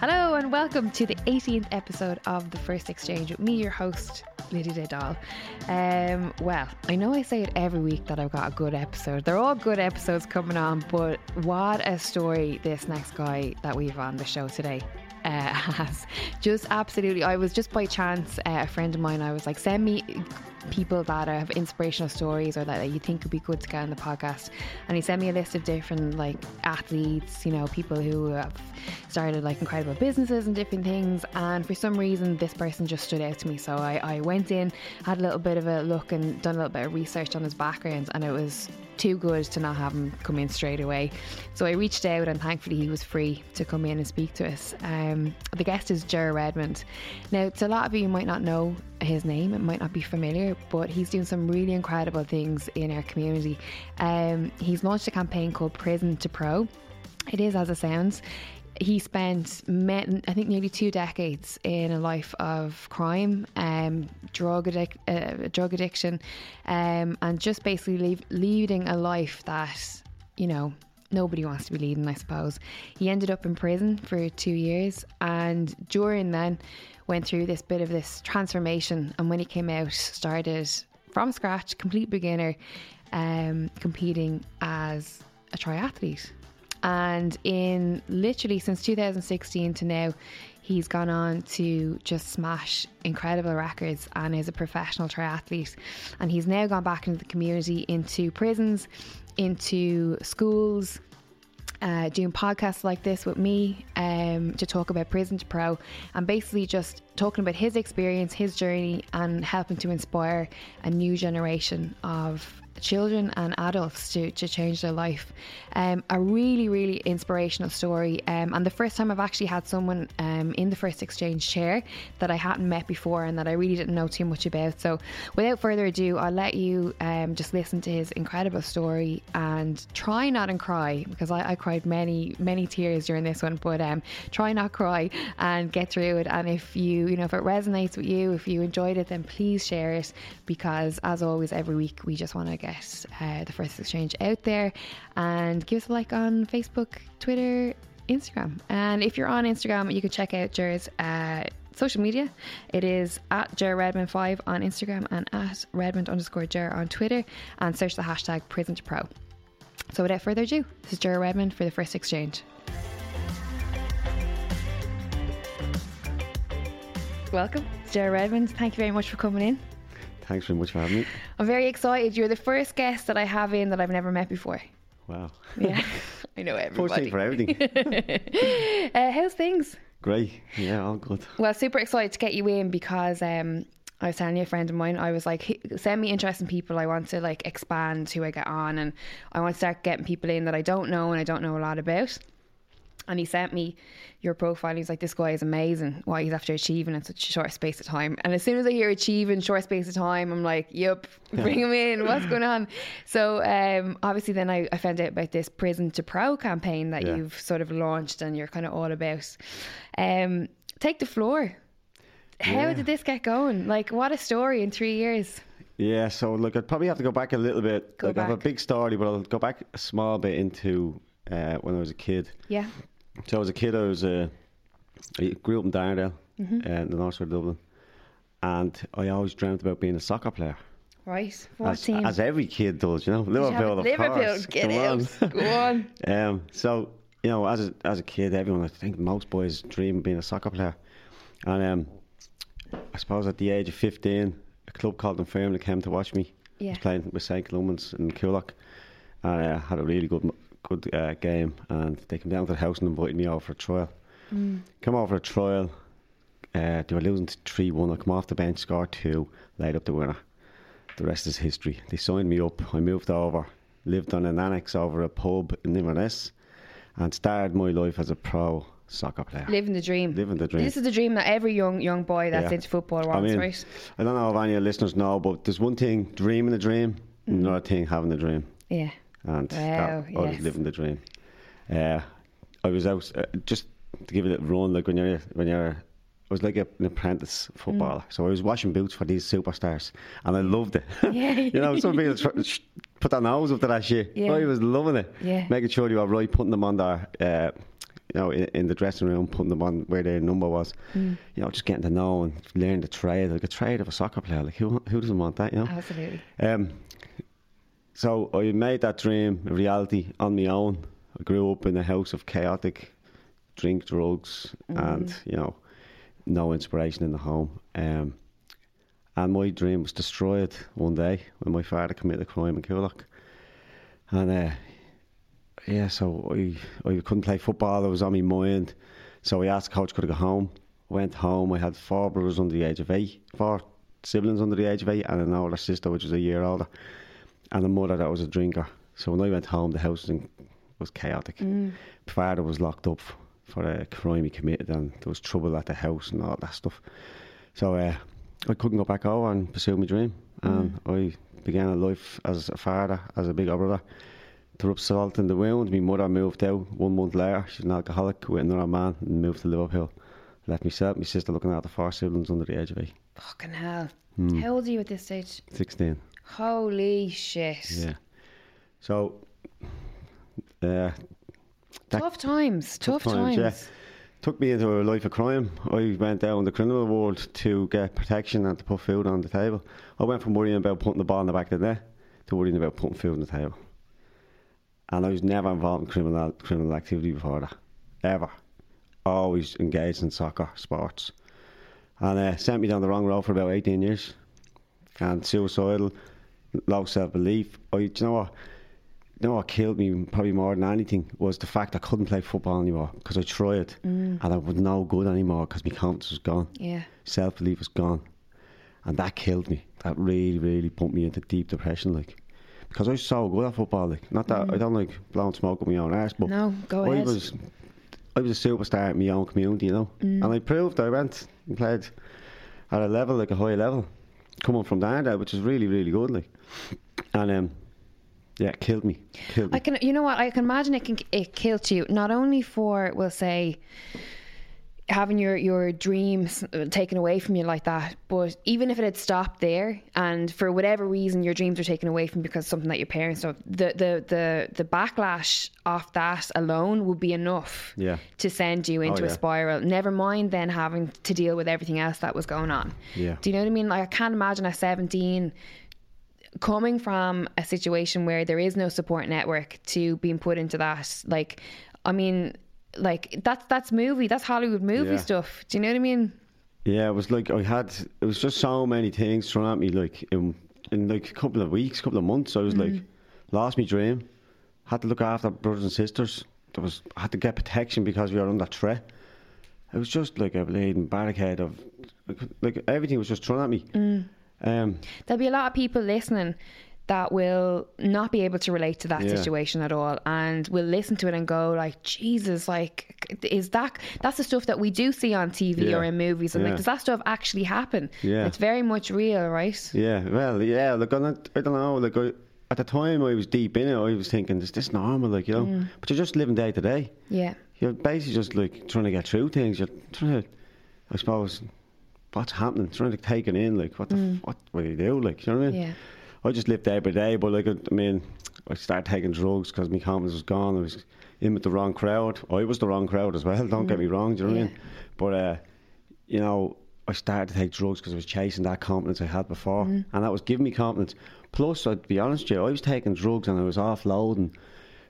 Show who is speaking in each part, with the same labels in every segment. Speaker 1: Hello and welcome to the 18th episode of The First Exchange with me, your host, Lydia Day Dahl. Um, well, I know I say it every week that I've got a good episode. They're all good episodes coming on, but what a story this next guy that we've on the show today uh, has. Just absolutely, I was just by chance, uh, a friend of mine, I was like, send me people that have inspirational stories or that, that you think would be good to get on the podcast. And he sent me a list of different like athletes, you know, people who have started like incredible businesses and different things. And for some reason, this person just stood out to me. So I, I went in, had a little bit of a look and done a little bit of research on his background, and it was too good to not have him come in straight away. So I reached out and thankfully he was free to come in and speak to us. Um, the guest is Jer Redmond. Now, to a lot of you, you might not know his name, it might not be familiar, but he's doing some really incredible things in our community. Um, he's launched a campaign called Prison to Pro. It is as it sounds he spent, me- I think, nearly two decades in a life of crime, um, drug, addic- uh, drug addiction, um, and just basically leave- leading a life that, you know, nobody wants to be leading, I suppose. He ended up in prison for two years, and during then, went through this bit of this transformation. And when he came out, started from scratch, complete beginner, um, competing as a triathlete and in literally since 2016 to now he's gone on to just smash incredible records and is a professional triathlete and he's now gone back into the community into prisons into schools uh, doing podcasts like this with me um, to talk about Prison to Pro and basically just talking about his experience, his journey, and helping to inspire a new generation of children and adults to, to change their life. Um, a really, really inspirational story. Um, and the first time I've actually had someone um, in the first exchange chair that I hadn't met before and that I really didn't know too much about. So without further ado, I'll let you um, just listen to his incredible story and try not and cry because I, I cried many, many tears during this one, but um, try not cry and get through it. And if you, you know, if it resonates with you, if you enjoyed it, then please share it because as always, every week we just want to get uh, the first exchange out there and give us a like on Facebook, Twitter, Instagram. And if you're on Instagram, you can check out Jer's uh, social media. It is at Jer Redmond5 on Instagram and at Redmond underscore Jer on Twitter and search the hashtag Prison to Pro. So without further ado, this is Jer Redmond for the first exchange. Welcome, Jer Redmond. Thank you very much for coming in.
Speaker 2: Thanks very much for having me.
Speaker 1: I'm very excited. You're the first guest that I have in that I've never met before.
Speaker 2: Wow.
Speaker 1: Yeah, I know everybody.
Speaker 2: Fortunate for everything.
Speaker 1: Uh, how's things?
Speaker 2: Great. Yeah, all good.
Speaker 1: Well, super excited to get you in because um, I was telling you a friend of mine, I was like, "Hey, send me interesting people. I want to like expand who I get on and I want to start getting people in that I don't know and I don't know a lot about. And he sent me your profile. He's like, this guy is amazing. What he's after achieving in such a short space of time. And as soon as I hear achieving short space of time, I'm like, yep, bring him in. What's going on? So um, obviously, then I, I found out about this prison to pro campaign that
Speaker 2: Yeah.
Speaker 1: you've sort of launched and you're kind of all about. Um, take the floor. How
Speaker 2: Yeah.
Speaker 1: did this get going? Like, what a story in three years.
Speaker 2: Yeah, so look, I'd probably have to go back a little bit.
Speaker 1: Go
Speaker 2: like, I have a
Speaker 1: back.
Speaker 2: big story, but I'll go back a small bit into uh, when I was a kid.
Speaker 1: Yeah.
Speaker 2: So as a kid, I was uh, I grew up in Darndale,
Speaker 1: Mm-hmm.
Speaker 2: uh, in the north side of Dublin, and I always dreamt about being a soccer player.
Speaker 1: Right. What
Speaker 2: as,
Speaker 1: team?
Speaker 2: as every kid does, you know,
Speaker 1: Did you have
Speaker 2: Liverpool,
Speaker 1: it?
Speaker 2: of
Speaker 1: Liverpool,
Speaker 2: course.
Speaker 1: get
Speaker 2: Come on.
Speaker 1: out. Go on.
Speaker 2: Um, so you know, as a, as a kid, everyone I think most boys dream of being a soccer player, and um, I suppose at the age of fifteen, a club called Infirmary came to watch me. I
Speaker 1: Yeah.
Speaker 2: was playing with St Clemens and Coolock, and I had a really good m- good uh, game. And they came down to the house and invited me over for a trial. Come over for a trial. Uh, they were losing three one. I come off the bench, scored two, laid up the winner. The rest is history. They signed me up. I moved over, lived on an annex over a pub in Inverness, and started my life as a pro soccer player.
Speaker 1: Living the dream.
Speaker 2: Living the dream.
Speaker 1: This is the dream that every young young boy that's
Speaker 2: Yeah.
Speaker 1: into football
Speaker 2: I
Speaker 1: wants,
Speaker 2: mean,
Speaker 1: right?
Speaker 2: I don't know if any of your listeners know, but there's one thing: dreaming the dream.
Speaker 1: Mm.
Speaker 2: Another thing: having the dream.
Speaker 1: Yeah.
Speaker 2: and
Speaker 1: Wow,
Speaker 2: that, I was
Speaker 1: yes.
Speaker 2: living the dream. Uh, I was out uh, just to give it a run. Like when you're when you're, I was like a, an apprentice footballer,
Speaker 1: Mm.
Speaker 2: so I was washing boots for these superstars, and I loved it.
Speaker 1: Yeah.
Speaker 2: you know, some people tr- sh- put their nose up to that shit.
Speaker 1: Yeah.
Speaker 2: I was loving it.
Speaker 1: Yeah.
Speaker 2: making sure you were right, putting them on their. Uh, you know, in, in the dressing room, putting them on where their number was.
Speaker 1: Mm.
Speaker 2: You know, just getting to know and learn the trade, like a trade of a soccer player. Like who who doesn't want that? You know,
Speaker 1: Absolutely.
Speaker 2: um, so I made that dream a reality on my own. I grew up in a house of chaotic drink, drugs, and you know, no inspiration in the home. Um, and my dream was destroyed one day when my father committed a crime in Coolock. And uh, yeah, so I, I couldn't play football. I was on my mind. So I asked the coach, could I go home? Went home. I had four brothers under the age of eight, four siblings under the age of eight, and an older sister, which was a year older, and a mother that was a drinker. So when I went home, the house was in- was chaotic. Father was locked up f- for a crime he committed, and there was trouble at the house and all that stuff. So uh, I couldn't go back over and pursue my dream. And I began a life as a father, as a bigger brother to rub salt in the wound. My mother moved out one month later. She's an alcoholic with another man and moved to Liverpool. Left myself, my sister looking after four siblings under the age of eight.
Speaker 1: Fucking hell.
Speaker 2: Hmm.
Speaker 1: How old are you at this stage?
Speaker 2: 16.
Speaker 1: Holy shit.
Speaker 2: Yeah. So, uh, That-
Speaker 1: Tough times. Tough, times.
Speaker 2: times, yeah. took me into a life of crime. I went down the criminal world to get protection and to put food on the table. I went from worrying about putting the ball in the back of the net to worrying about putting food on the table. And I was never involved in criminal criminal activity before that, ever. Always engaged in soccer, sports, and uh, sent me down the wrong road for about eighteen years. And suicidal, low self belief. I, do you know what? you know what killed me probably more than anything was the fact I couldn't play football anymore because I tried
Speaker 1: Mm.
Speaker 2: and I was no good anymore because my confidence was gone.
Speaker 1: Yeah.
Speaker 2: Self belief was gone. And that killed me. That really, really put me into deep depression, like. Because I was so good at football, like. Not that I don't like blowing smoke up my own arse, but
Speaker 1: Mm. No, go
Speaker 2: I
Speaker 1: ahead.
Speaker 2: was I was a superstar in my own community, you know.
Speaker 1: Mm.
Speaker 2: And I proved I went and played at a level, like a high level. Coming from down there, which is really, really good, like. And um yeah, it killed me. Killed me.
Speaker 1: I can, you know what? I can imagine it can it killed you not only for we'll say having your your dreams uh, taken away from you like that, but even if it had stopped there, and for whatever reason your dreams were taken away from because something that your parents don't, the the the the backlash off that alone would be enough
Speaker 2: Yeah. Oh,
Speaker 1: to send you into a
Speaker 2: yeah.
Speaker 1: spiral. Never mind then having to deal with everything else that was going on.
Speaker 2: Yeah.
Speaker 1: Do you know what I mean? Like I can't imagine at seventeen coming from a situation where there is no support network to being put into that like i mean like that's that's movie that's hollywood movie
Speaker 2: Yeah.
Speaker 1: stuff do you know what i mean
Speaker 2: Yeah, it was like I had it was just so many things thrown at me like in in like a couple of weeks, couple of months. I was like lost my dream. Had to look after brothers and sisters. There was I had to get protection because we were under threat. It was just like a bleeding barricade of like everything was just thrown at me. Um,
Speaker 1: there'll be a lot of people listening that will not be able to relate to that
Speaker 2: Yeah.
Speaker 1: situation at all and will listen to it and go like jesus like is that that's the stuff that we do see on tv
Speaker 2: Yeah.
Speaker 1: or in movies and like
Speaker 2: Yeah.
Speaker 1: does that stuff actually happen
Speaker 2: Yeah.
Speaker 1: it's very much real right
Speaker 2: Yeah, well, yeah. Look, I'm not, I don't know. Like, I, at the time, I was deep in it. I was thinking, is this normal? Like, you know, but you're just living day to day.
Speaker 1: yeah
Speaker 2: You're basically just like trying to get through things. You're trying to, I suppose, what's happening. Trying to take it in. Like, what the, f what will you do? Like, you know what I mean?
Speaker 1: Mm. Yeah.
Speaker 2: I just lived day by day, but like, I, I mean, I started taking drugs because my confidence was gone. I was in with the wrong crowd. I was the wrong crowd as well. Don't get me wrong. Do you know what I
Speaker 1: Mm. Yeah.
Speaker 2: mean? But uh, you know, I started to take drugs because I was chasing that confidence I had before,
Speaker 1: Mm-hmm.
Speaker 2: and that was giving me confidence. Plus, I'd be honest with you, I was taking drugs and I was offloading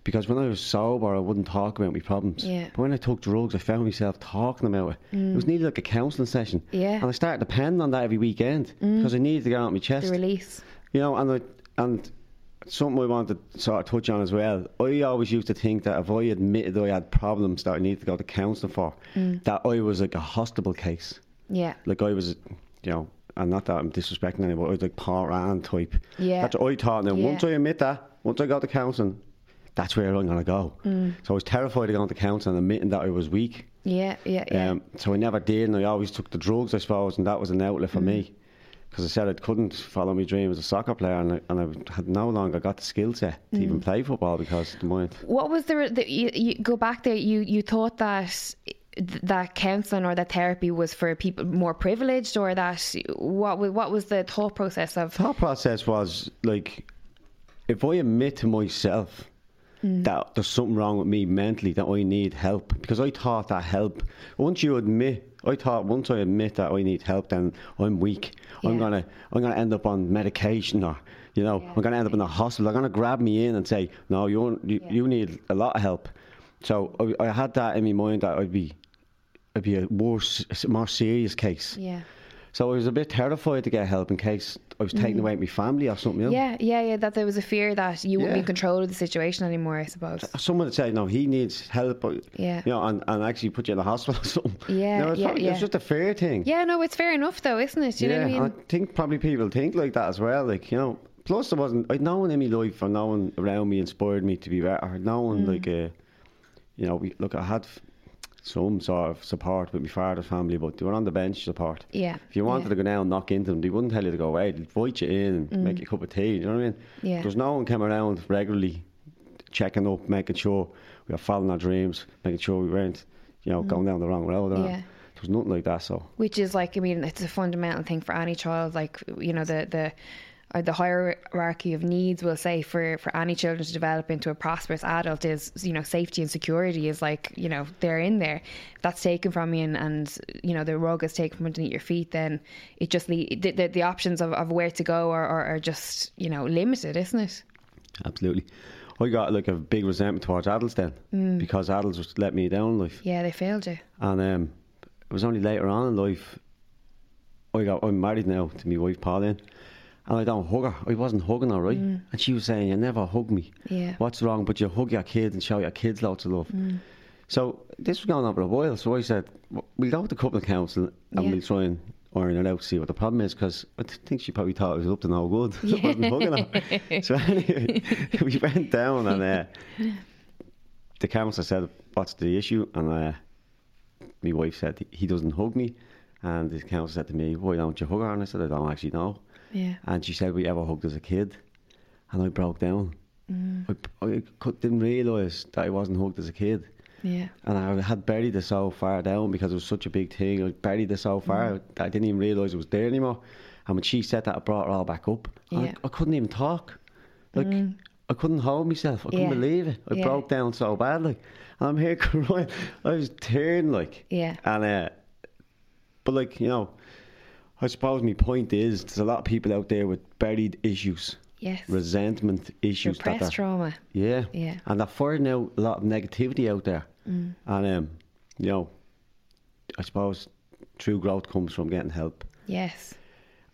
Speaker 2: because when I was sober, I wouldn't talk about my problems.
Speaker 1: Yeah. Mm.
Speaker 2: But when I took drugs, I found myself talking about it. It was nearly like a counselling session.
Speaker 1: Yeah. Mm.
Speaker 2: And I started depending on that every weekend because I needed to get out my chest.
Speaker 1: the release
Speaker 2: You know, and I, and something I wanted to sort of touch on as well. I always used to think that if I
Speaker 1: Mm.
Speaker 2: admitted I had problems that I needed to go to counselling for, that I was like a hospital case.
Speaker 1: Yeah.
Speaker 2: Like I was, you know, and not that I'm disrespecting anyone, I was like Paul Rand type.
Speaker 1: Yeah.
Speaker 2: That's what I thought. Now,
Speaker 1: Yeah.
Speaker 2: once I admit that, once I go to counselling, that's where I'm going to go.
Speaker 1: Mm.
Speaker 2: So I was terrified of going to counselling and admitting that I was weak.
Speaker 1: Yeah. Yeah. Yeah.
Speaker 2: Um, so I never did, and I always took the drugs, I suppose, and that was an outlet
Speaker 1: Mm.
Speaker 2: for me. 'Cause me. Because I said I couldn't follow my dream as a soccer player, and I, and I had no longer got the skill set
Speaker 1: Mm.
Speaker 2: to even play football because of the mind.
Speaker 1: What was the, the you, you go back there? You you thought that that counselling or that therapy was for people more privileged, or that what was what was the thought process of?
Speaker 2: thought process was like if I admit to myself that there's something wrong with me mentally that I need help because I thought that help once you admit I thought once I admit that I need help then I'm weak I'm
Speaker 1: Yeah.
Speaker 2: gonna I'm gonna end up on medication or you know I'm gonna end up in a hospital they're gonna grab me in and say no you you, you need a lot of help so I, I had that in my mind that I'd be I'd be a worse more serious case
Speaker 1: Yeah.
Speaker 2: so I was a bit terrified to get help in case I was taking away my family or something. you know.
Speaker 1: Mm. Yeah, yeah, yeah. That there was a fear that you wouldn't be in
Speaker 2: Yeah.
Speaker 1: control of the situation anymore. I suppose.
Speaker 2: Someone would say, no, he needs help. or-
Speaker 1: Yeah.
Speaker 2: You know, and, and actually put you in the hospital or something.
Speaker 1: Yeah,
Speaker 2: No, it's,
Speaker 1: yeah,
Speaker 2: probably,
Speaker 1: yeah.
Speaker 2: it's just a fair thing.
Speaker 1: Yeah, no, it's fair enough though, isn't it? Do you know
Speaker 2: Yeah,
Speaker 1: what I mean?
Speaker 2: and I think probably people think like that as well. Like, you know, plus there wasn't, I'd no one in my life or no one around me inspired me to be better. No
Speaker 1: Mm.
Speaker 2: one, like, uh, you know, we, look, I had f- some sort of support with my father's family, but they were on the bench support.
Speaker 1: Yeah,
Speaker 2: If you wanted
Speaker 1: yeah. Mm.
Speaker 2: to go down and knock into them, they wouldn't tell you to go away. They'd invite you in and make you a cup of tea. You know what I mean?
Speaker 1: Yeah.
Speaker 2: There's no one came around regularly checking up, making sure we were following our dreams, making sure we weren't, you know, going down the wrong road. Or
Speaker 1: Mm. Yeah.
Speaker 2: yeah. There was nothing like that, so.
Speaker 1: Which is like, I mean, it's a fundamental thing for any child. Like, you know, the the or the hierarchy of needs, we'll say, for for any children to develop into a prosperous adult is, you know, safety and security is like, you know, they're in there. If that's taken from you, and, and you know, the rug is taken from underneath your feet. Then it just le- the the, the options of, of where to go are, are are just you know limited, isn't it?
Speaker 2: Absolutely. I got like a big resentment towards adults then
Speaker 1: Mm.
Speaker 2: because adults just let me down in life.
Speaker 1: Yeah, they failed you.
Speaker 2: And um, it was only later on in life I got I'm married now to my wife Pauline. And I don't hug her. I wasn't hugging her, right? And she was saying, You never hug me.
Speaker 1: Yeah.
Speaker 2: What's wrong? But you hug your kids and show your kids lots of love. So this was going on for a while. So I said, "W- We'll go with the couple of council and
Speaker 1: Yeah.
Speaker 2: we'll try and iron it out to see what the problem is because I th- think she probably thought it was up to no good. I wasn't hugging her. So anyway, we went down and uh, the council said, What's the issue? And uh, my wife said he doesn't hug me, and the council said to me, "Why don't you hug her?" And I said, "I don't actually know."
Speaker 1: Yeah.
Speaker 2: And she said, "We ever hugged as a kid," and I broke down. I, I cou- didn't realise that I wasn't hugged as a kid,
Speaker 1: Yeah.
Speaker 2: and I had buried it so far down because it was such a big thing. I buried it so far
Speaker 1: Mm.
Speaker 2: that I didn't even realise it was there anymore. And when she said that, it brought it all back up. And
Speaker 1: Yeah. Mm.
Speaker 2: I, I couldn't even talk, like. I couldn't hold myself. I couldn't
Speaker 1: Yeah.
Speaker 2: believe it. I
Speaker 1: Yeah.
Speaker 2: broke down so badly. And I'm here crying. I was tearing like.
Speaker 1: Yeah.
Speaker 2: And uh, but like you know, I suppose my point is there's a lot of people out there with buried issues,
Speaker 1: Yes.
Speaker 2: resentment issues. that
Speaker 1: Repressed
Speaker 2: they're-
Speaker 1: trauma.
Speaker 2: Yeah.
Speaker 1: Yeah. Mm.
Speaker 2: And they're firing out a lot of negativity out there. And um, you know, I suppose true growth comes from getting help
Speaker 1: Yes.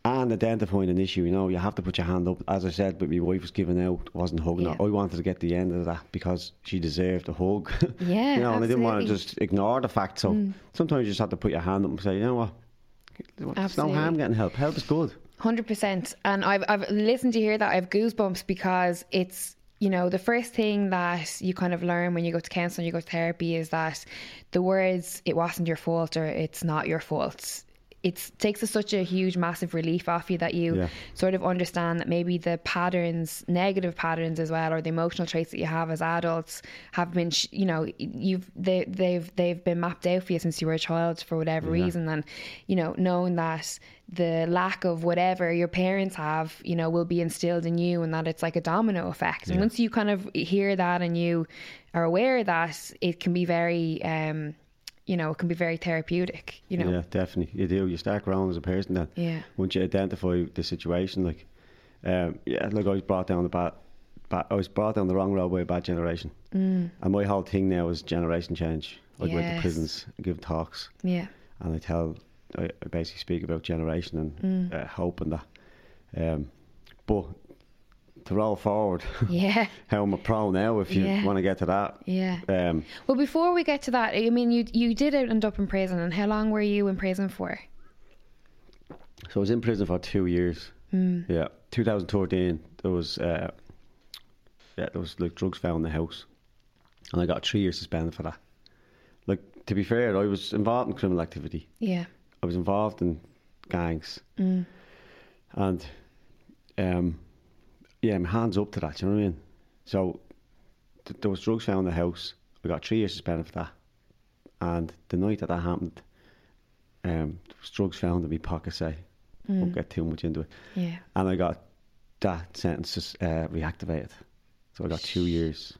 Speaker 2: and identifying an issue. You know, you have to put your hand up. As I said, but my wife was giving out, wasn't hugging
Speaker 1: Yeah.
Speaker 2: her. I wanted to get the end of that because she deserved a hug.
Speaker 1: Yeah,
Speaker 2: you know, and I didn't want to
Speaker 1: absolutely. Mm.
Speaker 2: just ignore the fact. So sometimes you just have to put your hand up and say, you know what, there's no harm
Speaker 1: Absolutely.
Speaker 2: getting help. Help is good.
Speaker 1: Hundred percent, and I've I've listened to hear that I have goosebumps because it's you know the first thing that you kind of learn when you go to counseling, you go to therapy, is that the words "it wasn't your fault" or "it's not your fault." It takes a, such a huge, massive relief off you that you
Speaker 2: Yeah.
Speaker 1: sort of understand that maybe the patterns, negative patterns as well, or the emotional traits that you have as adults have been, sh- you know, you've they, they've they've been mapped out for you since you were a child for whatever reason, and you know, knowing that the lack of whatever your parents have, you know, will be instilled in you, and that it's like a domino effect. And once you kind of hear that and you are aware of that, it can be very, um, you know, it can be very therapeutic. You know,
Speaker 2: Yeah, definitely. You do. You start growing as a person then.
Speaker 1: Yeah.
Speaker 2: Once you identify the situation, like, um, yeah, like I was brought down the bad, bad, I was brought down the wrong road by a bad generation. Mm. And my whole thing now is generation change. I went
Speaker 1: Yes.
Speaker 2: to prisons, I give talks,
Speaker 1: yeah,
Speaker 2: and I tell, I, I basically speak about generation
Speaker 1: Mm.
Speaker 2: and uh, hope and that. Um, but to roll forward,
Speaker 1: yeah,
Speaker 2: how I'm a pro now, if you
Speaker 1: Yeah.
Speaker 2: want to get to that.
Speaker 1: yeah.
Speaker 2: Um,
Speaker 1: Well, before we get to that, I mean, you you did end up in prison, and how long were you in prison for?
Speaker 2: So I was in prison for two years. Yeah, 2013. There was uh, yeah, there was like drugs found in the house, and I got a three year suspended for that. Like to be fair, I was involved in criminal activity.
Speaker 1: Yeah.
Speaker 2: I was involved in gangs, and um, yeah, my hands up to that. do You know what I mean? So th- there was drugs found in the house. I got three years suspended for that. And the night that that happened, um, there was drugs found in my pocket. Say, won't get too much into it.
Speaker 1: Yeah.
Speaker 2: And I got that sentence just, uh, reactivated. So I got two years.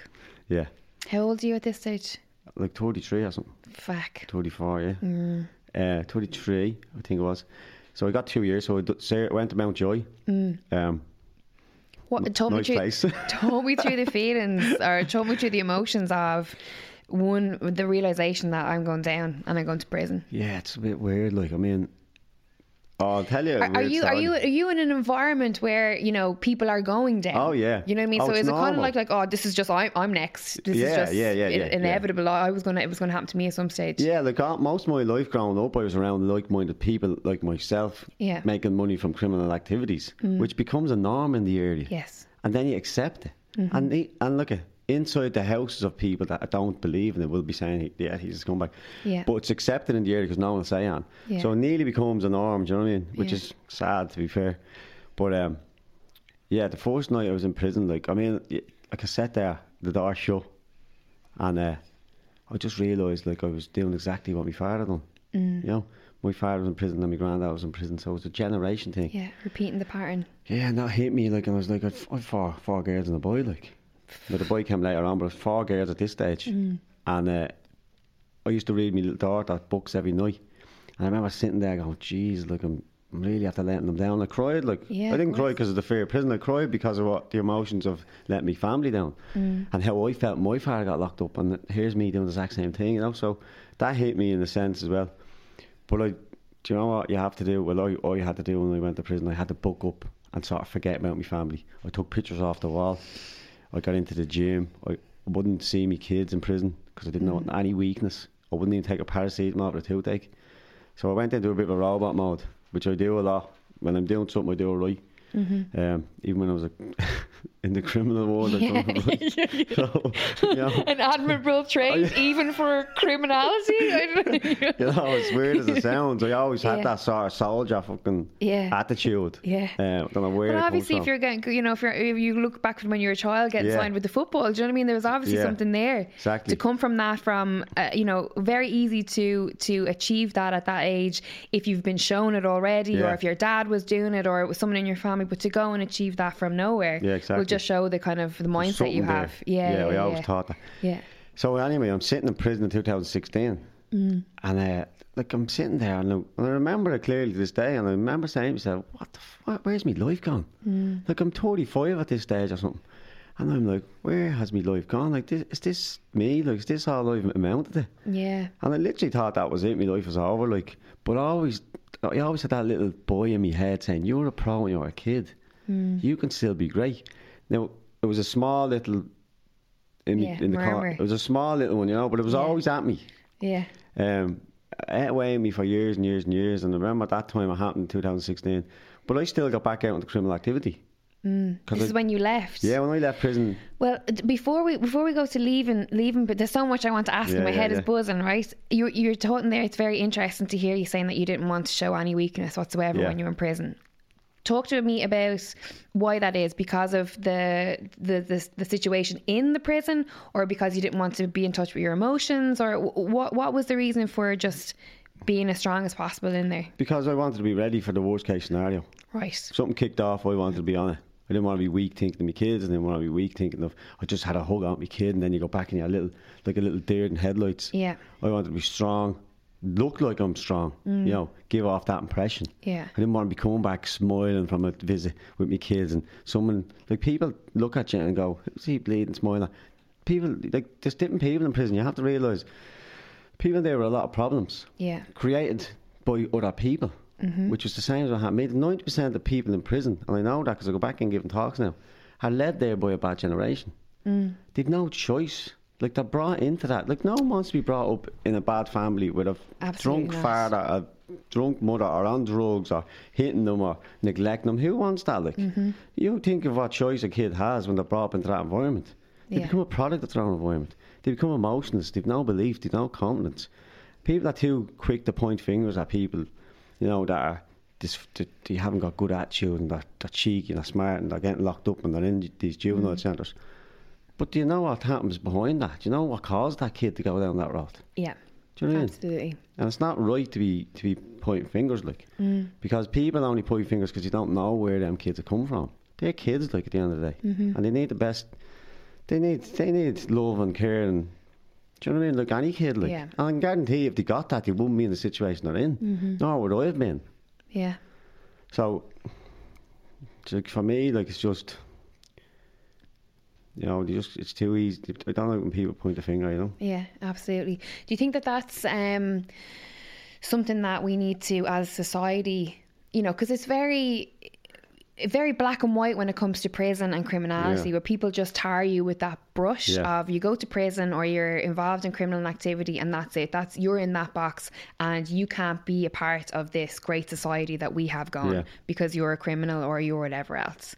Speaker 2: yeah,
Speaker 1: How old are you at this stage?
Speaker 2: like thirty three or something.
Speaker 1: Fuck.
Speaker 2: 24, yeah.
Speaker 1: Mm.
Speaker 2: Uh, 23, I think it was. So I got two years. So I d- say- went to Mountjoy. Um,
Speaker 1: Mm. What? Told
Speaker 2: nice
Speaker 1: me
Speaker 2: place.
Speaker 1: through. told me through the feelings, or told me through the emotions of one, the realization that I'm going down and I'm going to prison.
Speaker 2: yeah, it's a bit weird. Like, I mean, oh, I'll tell you. a
Speaker 1: Are, are
Speaker 2: weird
Speaker 1: you are
Speaker 2: story.
Speaker 1: you are you in an environment where you know people are going down?
Speaker 2: Oh, yeah.
Speaker 1: you know what I mean.
Speaker 2: Oh,
Speaker 1: so
Speaker 2: it's
Speaker 1: is it kind of
Speaker 2: normal.
Speaker 1: like like oh this is just I'm I'm next. This is
Speaker 2: Yeah,
Speaker 1: just
Speaker 2: yeah, yeah,
Speaker 1: in-
Speaker 2: yeah, yeah.
Speaker 1: inevitable. I was gonna it was gonna happen to me at some stage.
Speaker 2: Yeah, like uh, most of my life growing up, I was around like-minded people like myself,
Speaker 1: Yeah. Mm.
Speaker 2: making money from criminal activities, which becomes a norm in the area.
Speaker 1: Yes.
Speaker 2: and then you accept it.
Speaker 1: Mm-hmm.
Speaker 2: And the, and look at inside the houses of people that don't believe in it will be saying, "Yeah, he's a scumbag."
Speaker 1: Yeah.
Speaker 2: but it's accepted in the area because no one's saying.
Speaker 1: Yeah.
Speaker 2: So it nearly becomes a norm. Do you know what I mean? Which
Speaker 1: Yeah.
Speaker 2: is sad to be fair, but um, yeah, the first night I was in prison, like I mean, y- like I sat there, the door shut, and uh, I just realised like I was doing exactly what my father done.
Speaker 1: Mm.
Speaker 2: You know, my father was in prison and my granddad was in prison, so it was a generation thing.
Speaker 1: Yeah, repeating the pattern.
Speaker 2: Yeah, and that hit me like, and I was like, I've, I've four four girls and a boy, like. But the boy came later on, but it was four girls at this stage, and uh, I used to read my little daughter books every night, and I remember sitting there going, "Jeez, look, I'm, I'm really after letting them down." I cried, like
Speaker 1: Yeah,
Speaker 2: I
Speaker 1: of
Speaker 2: didn't cry
Speaker 1: course.
Speaker 2: because of the fear of prison. I cried because of what the emotions of letting my family down, and how I felt my father got locked up, and here's me doing the exact same thing, you know. So that hit me in a sense as well. But I, do you know what you have to do? Well, I, I had to do when I went to prison, I had to book up and sort of forget about my family. I took pictures off the wall. I got into the gym. I wouldn't see my kids in prison because I didn't know any weakness. I wouldn't even take a paracetamol or a toothache. So I went into a bit of a robot mode, which I do a lot. When I'm doing something, I do it right. Um, even when I was a, in the criminal world, I done it right. so, you know,
Speaker 1: An
Speaker 2: Oh,
Speaker 1: admirable trait, even for criminality.
Speaker 2: you know, as weird as it sounds, I always
Speaker 1: Yeah.
Speaker 2: had that sort of soldier fucking
Speaker 1: Yeah.
Speaker 2: attitude.
Speaker 1: Yeah.
Speaker 2: Uh, I don't know where
Speaker 1: But
Speaker 2: it
Speaker 1: obviously,
Speaker 2: comes
Speaker 1: if you're getting, you know, if, you're, if you look back from when you were a child getting
Speaker 2: Yeah.
Speaker 1: signed with the football, do you know what I mean? There was obviously
Speaker 2: Yeah.
Speaker 1: something there
Speaker 2: Exactly.
Speaker 1: to come from that. From uh, you know, very easy to to achieve that at that age if you've been shown it already, or
Speaker 2: Yeah.
Speaker 1: if your dad was doing it, or it was someone in your family. But to go and achieve that from nowhere,
Speaker 2: Yeah, exactly.
Speaker 1: will just show the kind of the
Speaker 2: from.
Speaker 1: mindset you
Speaker 2: Something there.
Speaker 1: have. Yeah,
Speaker 2: yeah,
Speaker 1: yeah,
Speaker 2: we
Speaker 1: yeah.
Speaker 2: always taught that.
Speaker 1: Yeah.
Speaker 2: So anyway, I'm sitting in prison in 2016,
Speaker 1: Mm.
Speaker 2: and uh, like I'm sitting there, and, I- and I remember it clearly to this day, and I remember saying to myself, "What the? F- where's my life gone?
Speaker 1: Mm.
Speaker 2: Like I'm 35 at this stage or something." And I'm like, where has my life gone? Like, this, is this me? Like, is this all I've amounted to?
Speaker 1: yeah.
Speaker 2: And I literally thought that was it. My life was over. Like, but I always, I always had that little boy in my head saying, "You're a pro when you're a kid. You can still be great." Now it was a small little in,
Speaker 1: Yeah,
Speaker 2: the in the car.
Speaker 1: murmur.
Speaker 2: It was a small little one, you know, but it was always at me.
Speaker 1: Yeah.
Speaker 2: Um, it weighed me for years and years and years. And I remember that time it happened in 2016, but I still got back out into criminal activity.
Speaker 1: This is when you left.
Speaker 2: Yeah, when I left prison,
Speaker 1: Well, d- before we before we go to leaving leaving, but there's so much I want to ask, and
Speaker 2: Yeah,
Speaker 1: my
Speaker 2: yeah,
Speaker 1: head is
Speaker 2: yeah.
Speaker 1: buzzing. Right, you you're talking there. It's very interesting to hear you saying that you didn't want to show any weakness whatsoever
Speaker 2: Yeah.
Speaker 1: when you were in prison. Talk to me about why that is because of the, the the the situation in the prison, or because you didn't want to be in touch with your emotions, or wh- what what was the reason for just being as strong as possible in there?
Speaker 2: because I wanted to be ready for the worst case scenario.
Speaker 1: Right.
Speaker 2: something kicked off, I wanted to be on it. I didn't want to be weak thinking of my kids, and didn't want to be weak thinking of I just had a hug out my kid, and then you go back and you're a little like a little deer in headlights.
Speaker 1: Yeah.
Speaker 2: I wanted to be strong, look like I'm strong, you know, give off that impression.
Speaker 1: Mm. Yeah.
Speaker 2: I didn't want to be coming back smiling from a visit with my kids, and someone like people look at you and go, "Who's he bleeding smiling?" People like there's different people in prison. You have to realise people there were a lot of problems
Speaker 1: Yeah.
Speaker 2: created by other people, which was the same as what happened. to me. Ninety percent of the people in prison, and I know that because I go back and give them talks now, are led there by a bad generation.
Speaker 1: Mm.
Speaker 2: They've no choice. Like they're brought into that. Like no one wants to be brought up in a bad family with a
Speaker 1: Absolutely
Speaker 2: drunk
Speaker 1: not.
Speaker 2: father, a drunk mother or on drugs or hitting them or neglecting them. Who wants that? Like,
Speaker 1: Mm-hmm.
Speaker 2: you think of what choice a kid has when they're brought up into that environment. They
Speaker 1: Yeah.
Speaker 2: become a product of their own environment. They become emotionless. They've no belief. They've no confidence. People are too quick to point fingers at people, you know, that are dis that they haven't got good attitude and they're, they're cheeky and they're smart and they're getting locked up and they're in these juvenile
Speaker 1: Mm.
Speaker 2: centres. But do you know what happens behind that? Do you know what caused that kid to go down that road?
Speaker 1: Yeah.
Speaker 2: Do you know what I mean?
Speaker 1: Absolutely.
Speaker 2: And it's not right to be to be pointing fingers like, because people only point fingers because you don't know where them kids have come from. They're kids, like at the end of the day, and they need the best. They need they need love and care and. Do you know what I mean? Like any kid, like,
Speaker 1: Yeah.
Speaker 2: and I can guarantee if they got that, they wouldn't be in the situation they're in. Nor would I have been.
Speaker 1: Yeah.
Speaker 2: So, it's like for me, like it's just, you know, they just it's too easy. I don't like when people point the finger, you know.
Speaker 1: Yeah, absolutely. Do you think that that's um, something that we need to, as society, you know, because it's very, very black and white when it comes to prison and criminality,
Speaker 2: Yeah.
Speaker 1: where people just tar you with that brush
Speaker 2: Yeah.
Speaker 1: of you go to prison or you're involved in criminal activity and that's it. That's you're in that box and you can't be a part of this great society that we have gone
Speaker 2: Yeah.
Speaker 1: because you're a criminal or you're whatever else.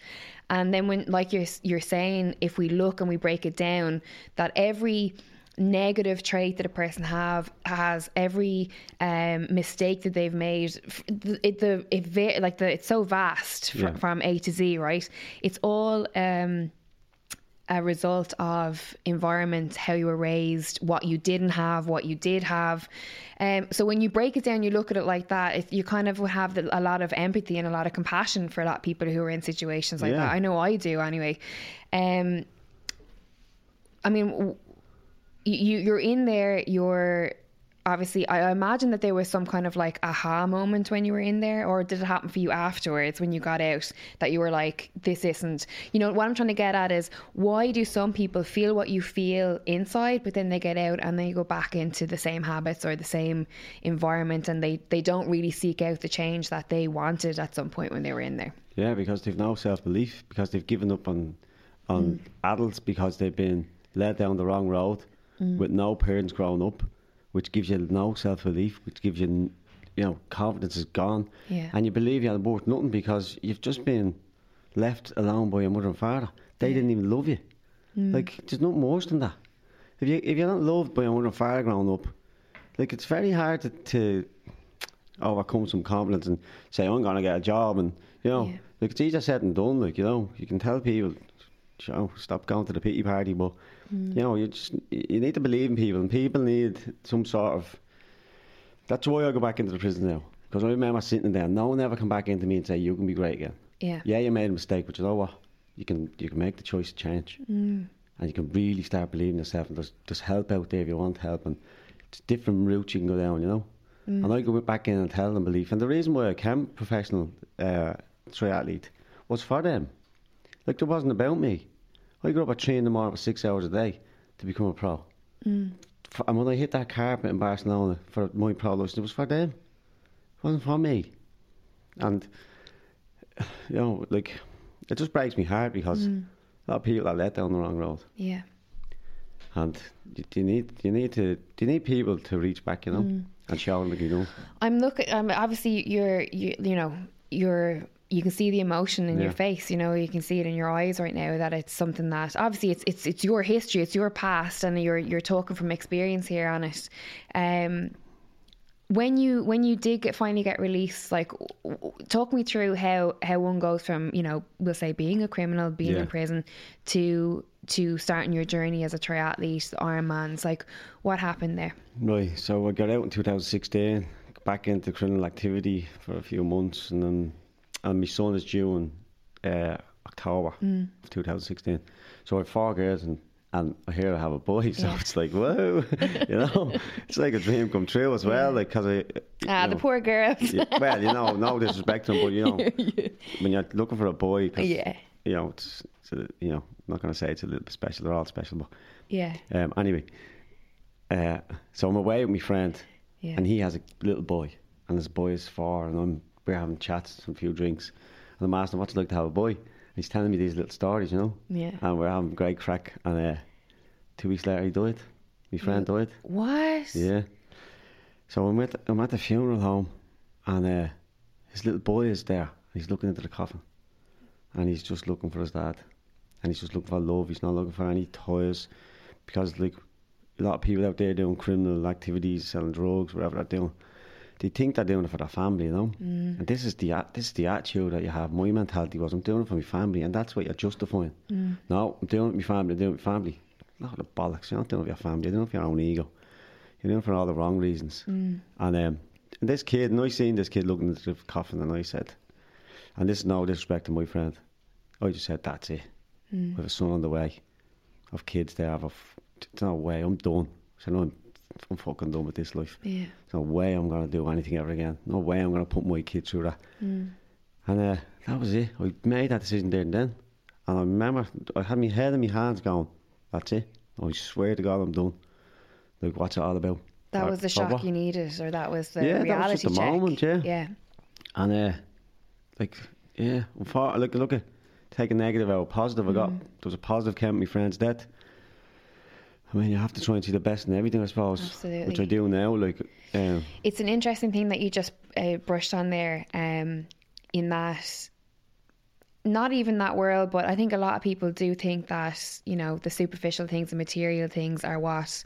Speaker 1: And then when, like you're you're saying, if we look and we break it down, that every negative trait that a person have has every um, mistake that they've made. f- th- It the it va- like the it's so vast fr-
Speaker 2: Yeah.
Speaker 1: from A to Z, right? It's all. Um, a result of environment, how you were raised, what you didn't have, what you did have. Um, so when you break it down, you look at it like that. It, you kind of have the, a lot of empathy and a lot of compassion for a lot of people who are in situations like
Speaker 2: Yeah.
Speaker 1: that. I know I do anyway. Um, I mean, w- you you're in there. You're obviously. I imagine that there was some kind of like aha moment when you were in there, or did it happen for you afterwards when you got out that you were like, this isn't. You know what I'm trying to get at is why do some people feel what you feel inside, but then they get out and they go back into the same habits or the same environment, and they they don't really seek out the change that they wanted at some point when they were in there.
Speaker 2: Yeah, because they've no self belief, because they've given up on on adults because they've been led down the wrong road with no parents growing up, which gives you no self belief, which gives you n- you know, confidence is gone.
Speaker 1: Yeah.
Speaker 2: And you believe you're worth nothing because you've just been left alone by your mother and father. They didn't even love you. Like there's nothing worse than that. If you if you're not loved by your mother and father growing up, like it's very hard to, to overcome some confidence and say I'm gonna get a job and you know
Speaker 1: Yeah.
Speaker 2: like it's easier said than done like you know you can tell people you know, stop going to the pity party but you know you just you need to believe in people and people need some sort of that's why I go back into the prison now because I remember sitting there no one ever come back into me and say you can be great again
Speaker 1: Yeah.
Speaker 2: yeah you made a mistake but you know what you can you can make the choice to change and you can really start believing yourself. And there's, there's help out there if you want help, and it's different routes you can go down, you know. And I go back in and tell them belief. And the reason why I came professional uh, triathlete was for them. Like, it wasn't about me. I grew up at three in the morning for six hours a day to become a pro. F And when I hit that carpet in Barcelona for my pro license, it was for them. It wasn't for me. And, you know, like, it just breaks me heart because a lot of people are led down the wrong road
Speaker 1: Yeah.
Speaker 2: and you, you need you need to you need people to reach back, you know, and show them, you know.
Speaker 1: I'm looking. I'm obviously you're you, you know you're you can see the emotion in your
Speaker 2: Yeah.
Speaker 1: face. You know you can see it in your eyes right now that it's something that obviously it's it's it's your history, it's your past, and you're you're talking from experience here on it. Um, when you when you did get finally get released, like w- w- talk me through how how one goes from you know we'll say being a criminal, being
Speaker 2: Yeah.
Speaker 1: in prison, to to starting your journey as a triathlete, Ironmans. Like what happened there?
Speaker 2: Right. So I got out in 2016, back into criminal activity for a few months, and then and my son is due in uh, October of 2016. So I have four girls and. And here I have a boy, so it's like whoa, you know, it's like a dream come true as well, like 'cause like because I,
Speaker 1: Ah,
Speaker 2: you
Speaker 1: the
Speaker 2: know,
Speaker 1: poor girl.
Speaker 2: yeah, well, you know, no disrespect to him, but you know, when you're looking for a boy, 'cause,
Speaker 1: Yeah.
Speaker 2: you know, it's, it's a, you know, I'm not going to say it's a little bit special. They're all special, but
Speaker 1: yeah.
Speaker 2: um, anyway, uh, so I'm away with my friend,
Speaker 1: Yeah.
Speaker 2: and he has a little boy, and his boy is four, and I'm we're having chats and a few drinks, and I'm asking him what's it like to have a boy. And he's telling me these little stories, you know.
Speaker 1: Yeah.
Speaker 2: And we're having great crack, and uh, two weeks later he died.
Speaker 1: Mm.
Speaker 2: My friend died.
Speaker 1: What?
Speaker 2: Yeah. So I'm at I'm at the funeral home, and uh, his little boy is there. He's looking into the coffin, and he's just looking for his dad, and he's just looking for love. He's not looking for any toys, because like a lot of people out there doing criminal activities, selling drugs, whatever they're doing, they think they're doing it for their family, you know. And this is the at- this is the attitude that you have. My mentality was, I'm doing it for my family, and that's what you're justifying. No, I'm doing it for my family. I'm doing it for my family. Not the bollocks. You're not doing it for your family. You're doing it for your own ego. You're doing it for all the wrong reasons. And um, and this kid, and I seen this kid looking into the coffin, and I said, and this is no disrespect to my friend. I just said, that's it. We have a son on the way. I've kids there. I've a f- there's no way. I'm done. I said, no, I'm, I'm fucking done with this life.
Speaker 1: Yeah.
Speaker 2: There's no way I'm going to do anything ever again. No way I'm going to put my kid through that. And uh, that was it. I made that decision there and then. And I remember I had my head in my hands going, that's it. I swear to God, I'm done. Like, what's it all about?
Speaker 1: That
Speaker 2: Or-
Speaker 1: was the
Speaker 2: or
Speaker 1: shock
Speaker 2: what?
Speaker 1: you needed, or that was the
Speaker 2: Yeah, that was
Speaker 1: reality
Speaker 2: just the
Speaker 1: check.
Speaker 2: moment, yeah.
Speaker 1: Yeah.
Speaker 2: And uh, like, yeah, I'm far, look, look at take a negative out, positive. I
Speaker 1: Mm-hmm.
Speaker 2: got there was a positive came with my friend's death. I mean, you have to try and see the best in everything, I suppose. Which I
Speaker 1: Absolutely.
Speaker 2: do now. Like, um,
Speaker 1: It's an interesting thing that you just uh, brushed on there, um, in that not even that world, but I think a lot of people do think that, you know, the superficial things, the material things are what,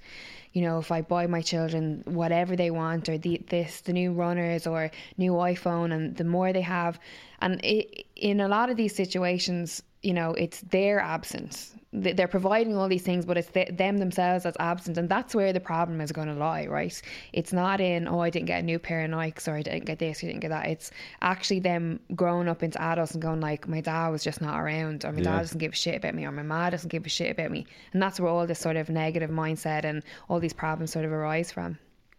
Speaker 1: you know, if I buy my children whatever they want or the, this, the new runners or new iPhone and the more they have. And i in a lot of these situations, you know, it's their absence. Th- They're providing all these things, but it's th- them themselves that's absent. And that's where the problem is going to lie, right? It's not in, oh, I didn't get a new pair of Nikes or I didn't get this, I didn't get that. It's actually them growing up into adults and going, like, my dad was just not around, or my dad doesn't give a shit about me, or my ma doesn't give a shit about me. And that's where all this sort of negative mindset and all these problems sort of arise from.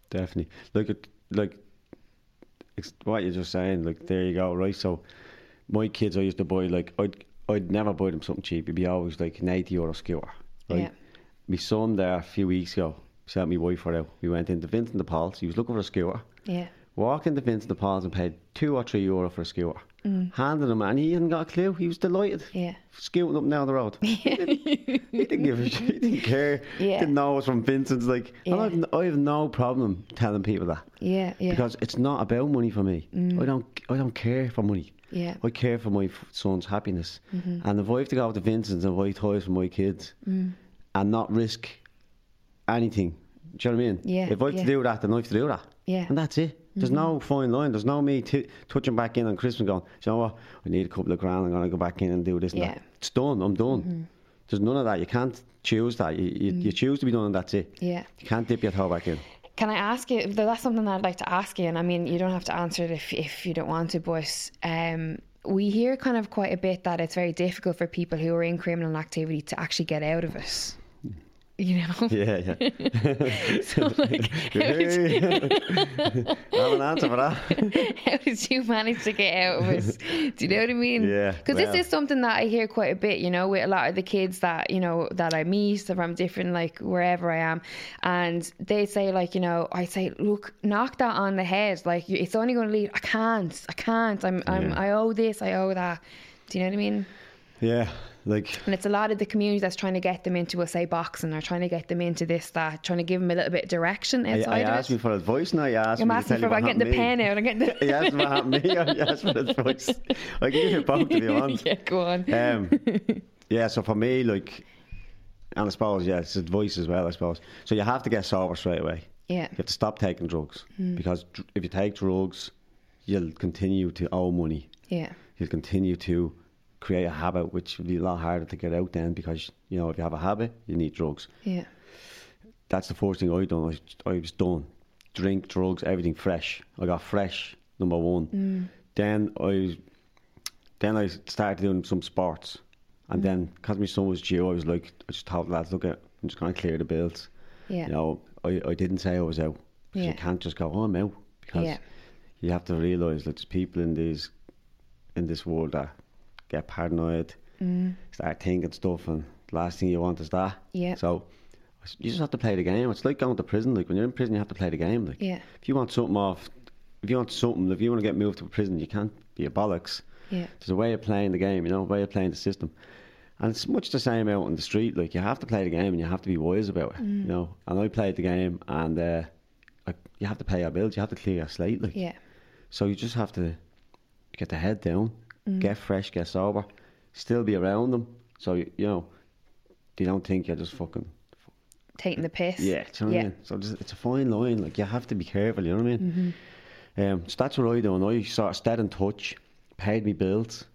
Speaker 2: Definitely. Look at like ex- what you're just saying. Like there you go, right? So my kids, I used to buy like I'd I'd never buy them something cheap. It'd be always like an eighty euro skewer. Right?
Speaker 1: Yeah.
Speaker 2: My son there a few weeks ago sent me wife for out. We went into Vincent de Paul's. He was looking for a skewer.
Speaker 1: Yeah.
Speaker 2: Walked into Vincent de Paul's and paid two or three euro for a skewer. Handed him, and he hadn't got a clue. He was delighted.
Speaker 1: Mm. Yeah.
Speaker 2: Scooting up and down the road. he, didn't, he didn't give a shit. He didn't care.
Speaker 1: Yeah.
Speaker 2: Didn't know it was from Vincent's. Like, and
Speaker 1: Yeah.
Speaker 2: I've n- I have no problem telling people that
Speaker 1: Yeah. Mm. Yeah.
Speaker 2: because it's not about money for me. I don't I don't care for money.
Speaker 1: Yeah.
Speaker 2: I care for my f- son's happiness.
Speaker 1: Mm-hmm.
Speaker 2: And if I have to go out to Vincent's and buy toys for my kids
Speaker 1: Mm.
Speaker 2: and not risk anything, do you know what I mean?
Speaker 1: Yeah,
Speaker 2: If I have
Speaker 1: yeah.
Speaker 2: to do that, then I have to do that.
Speaker 1: Yeah. Mm-hmm.
Speaker 2: And that's it. There's no fine line. There's no me t- touching back in on Christmas and going, "Do you know what? I need a couple of grand. I'm going to go back in and do this and
Speaker 1: Yeah. Mm-hmm.
Speaker 2: that. It's done. I'm done. There's none of that. You can't choose that. You, you, you choose to be done and that's it.
Speaker 1: Mm. Yeah.
Speaker 2: You can't dip your toe back in.
Speaker 1: Can I ask you? th- That's something that I'd like to ask you, and I mean, you don't have to answer it if, if you don't want to, but um, we hear kind of quite a bit that it's very difficult for people who are in criminal activity to actually get out of it. You know?
Speaker 2: Yeah, yeah.
Speaker 1: so, like, how did,
Speaker 2: Hey. I have an answer for that.
Speaker 1: how did you manage to get out of it? Do you know what I mean?
Speaker 2: Yeah,
Speaker 1: Because
Speaker 2: well.
Speaker 1: this is something that I hear quite a bit, you know, with a lot of the kids that, you know, that I meet from different, like wherever I am. And they say, like, you know, I say, look, knock that on the head. Like, you- it's only going to lead. I can't. I can't. I'm, I'm,
Speaker 2: Yeah.
Speaker 1: I owe this. I owe that. Do you know what I mean?
Speaker 2: Yeah, like
Speaker 1: And it's a lot of the community that's trying to get them into, a say, boxing or trying to get them into this, that, trying to give them a little bit of direction
Speaker 2: I,
Speaker 1: outside
Speaker 2: I
Speaker 1: of
Speaker 2: asked
Speaker 1: it.
Speaker 2: you for advice now. You asked
Speaker 1: I'm
Speaker 2: me to
Speaker 1: asking
Speaker 2: tell
Speaker 1: for
Speaker 2: you what
Speaker 1: about getting the pen
Speaker 2: happened to
Speaker 1: out. I'm getting the
Speaker 2: me. You asked me what happened to me. or You asked for advice. I can give you both if you want.
Speaker 1: yeah, go on.
Speaker 2: Um, yeah, so for me, like, and I suppose, yeah, it's advice as well, I suppose. So you have to get sober straight away.
Speaker 1: yeah.
Speaker 2: You have to stop taking drugs
Speaker 1: Hmm.
Speaker 2: because dr- if you take drugs, you'll continue to owe money.
Speaker 1: Yeah.
Speaker 2: you'll continue to create a habit, which will be a lot harder to get out then because, you know, if you have a habit, you need drugs.
Speaker 1: Yeah.
Speaker 2: That's the first thing I done. I, was- I was done. Drink, drugs, everything fresh. I got fresh, number one. Then I then I started doing some sports. And then, because my son was due, I was like, I just told the lads, look, I'm just going to clear the bills.
Speaker 1: Yeah.
Speaker 2: You know, I, I didn't say I was out. 'cause
Speaker 1: Yeah.
Speaker 2: You can't just go, oh, I'm out. Because
Speaker 1: Yeah.
Speaker 2: you have to realise that there's people in these in this world that get paranoid,
Speaker 1: Mm.
Speaker 2: start thinking stuff, and the last thing you want is that.
Speaker 1: Yeah.
Speaker 2: So you just have to play the game. It's like going to prison. Like when you're in prison, you have to play the game. Like
Speaker 1: Yeah.
Speaker 2: if you want something off, if you want something, if you want to get moved to prison, you can't be a bollocks.
Speaker 1: Yeah.
Speaker 2: There's a way of playing the game, you know, a way of playing the system. And it's much the same out on the street. Like you have to play the game and you have to be wise about it,
Speaker 1: Mm.
Speaker 2: you know. And I played the game, and uh, like, you have to pay your bills. You have to clear your slate. Like
Speaker 1: Yeah.
Speaker 2: So you just have to get the head down,
Speaker 1: Mm.
Speaker 2: get fresh, get sober, still be around them. So you, you know they don't think you're just fucking
Speaker 1: Taking the piss.
Speaker 2: yeah. do you know what I mean? So just, it's a fine line. Like you have to be careful. You know what I mean? Um, so that's what I done. I sort of stayed in touch, paid me bills.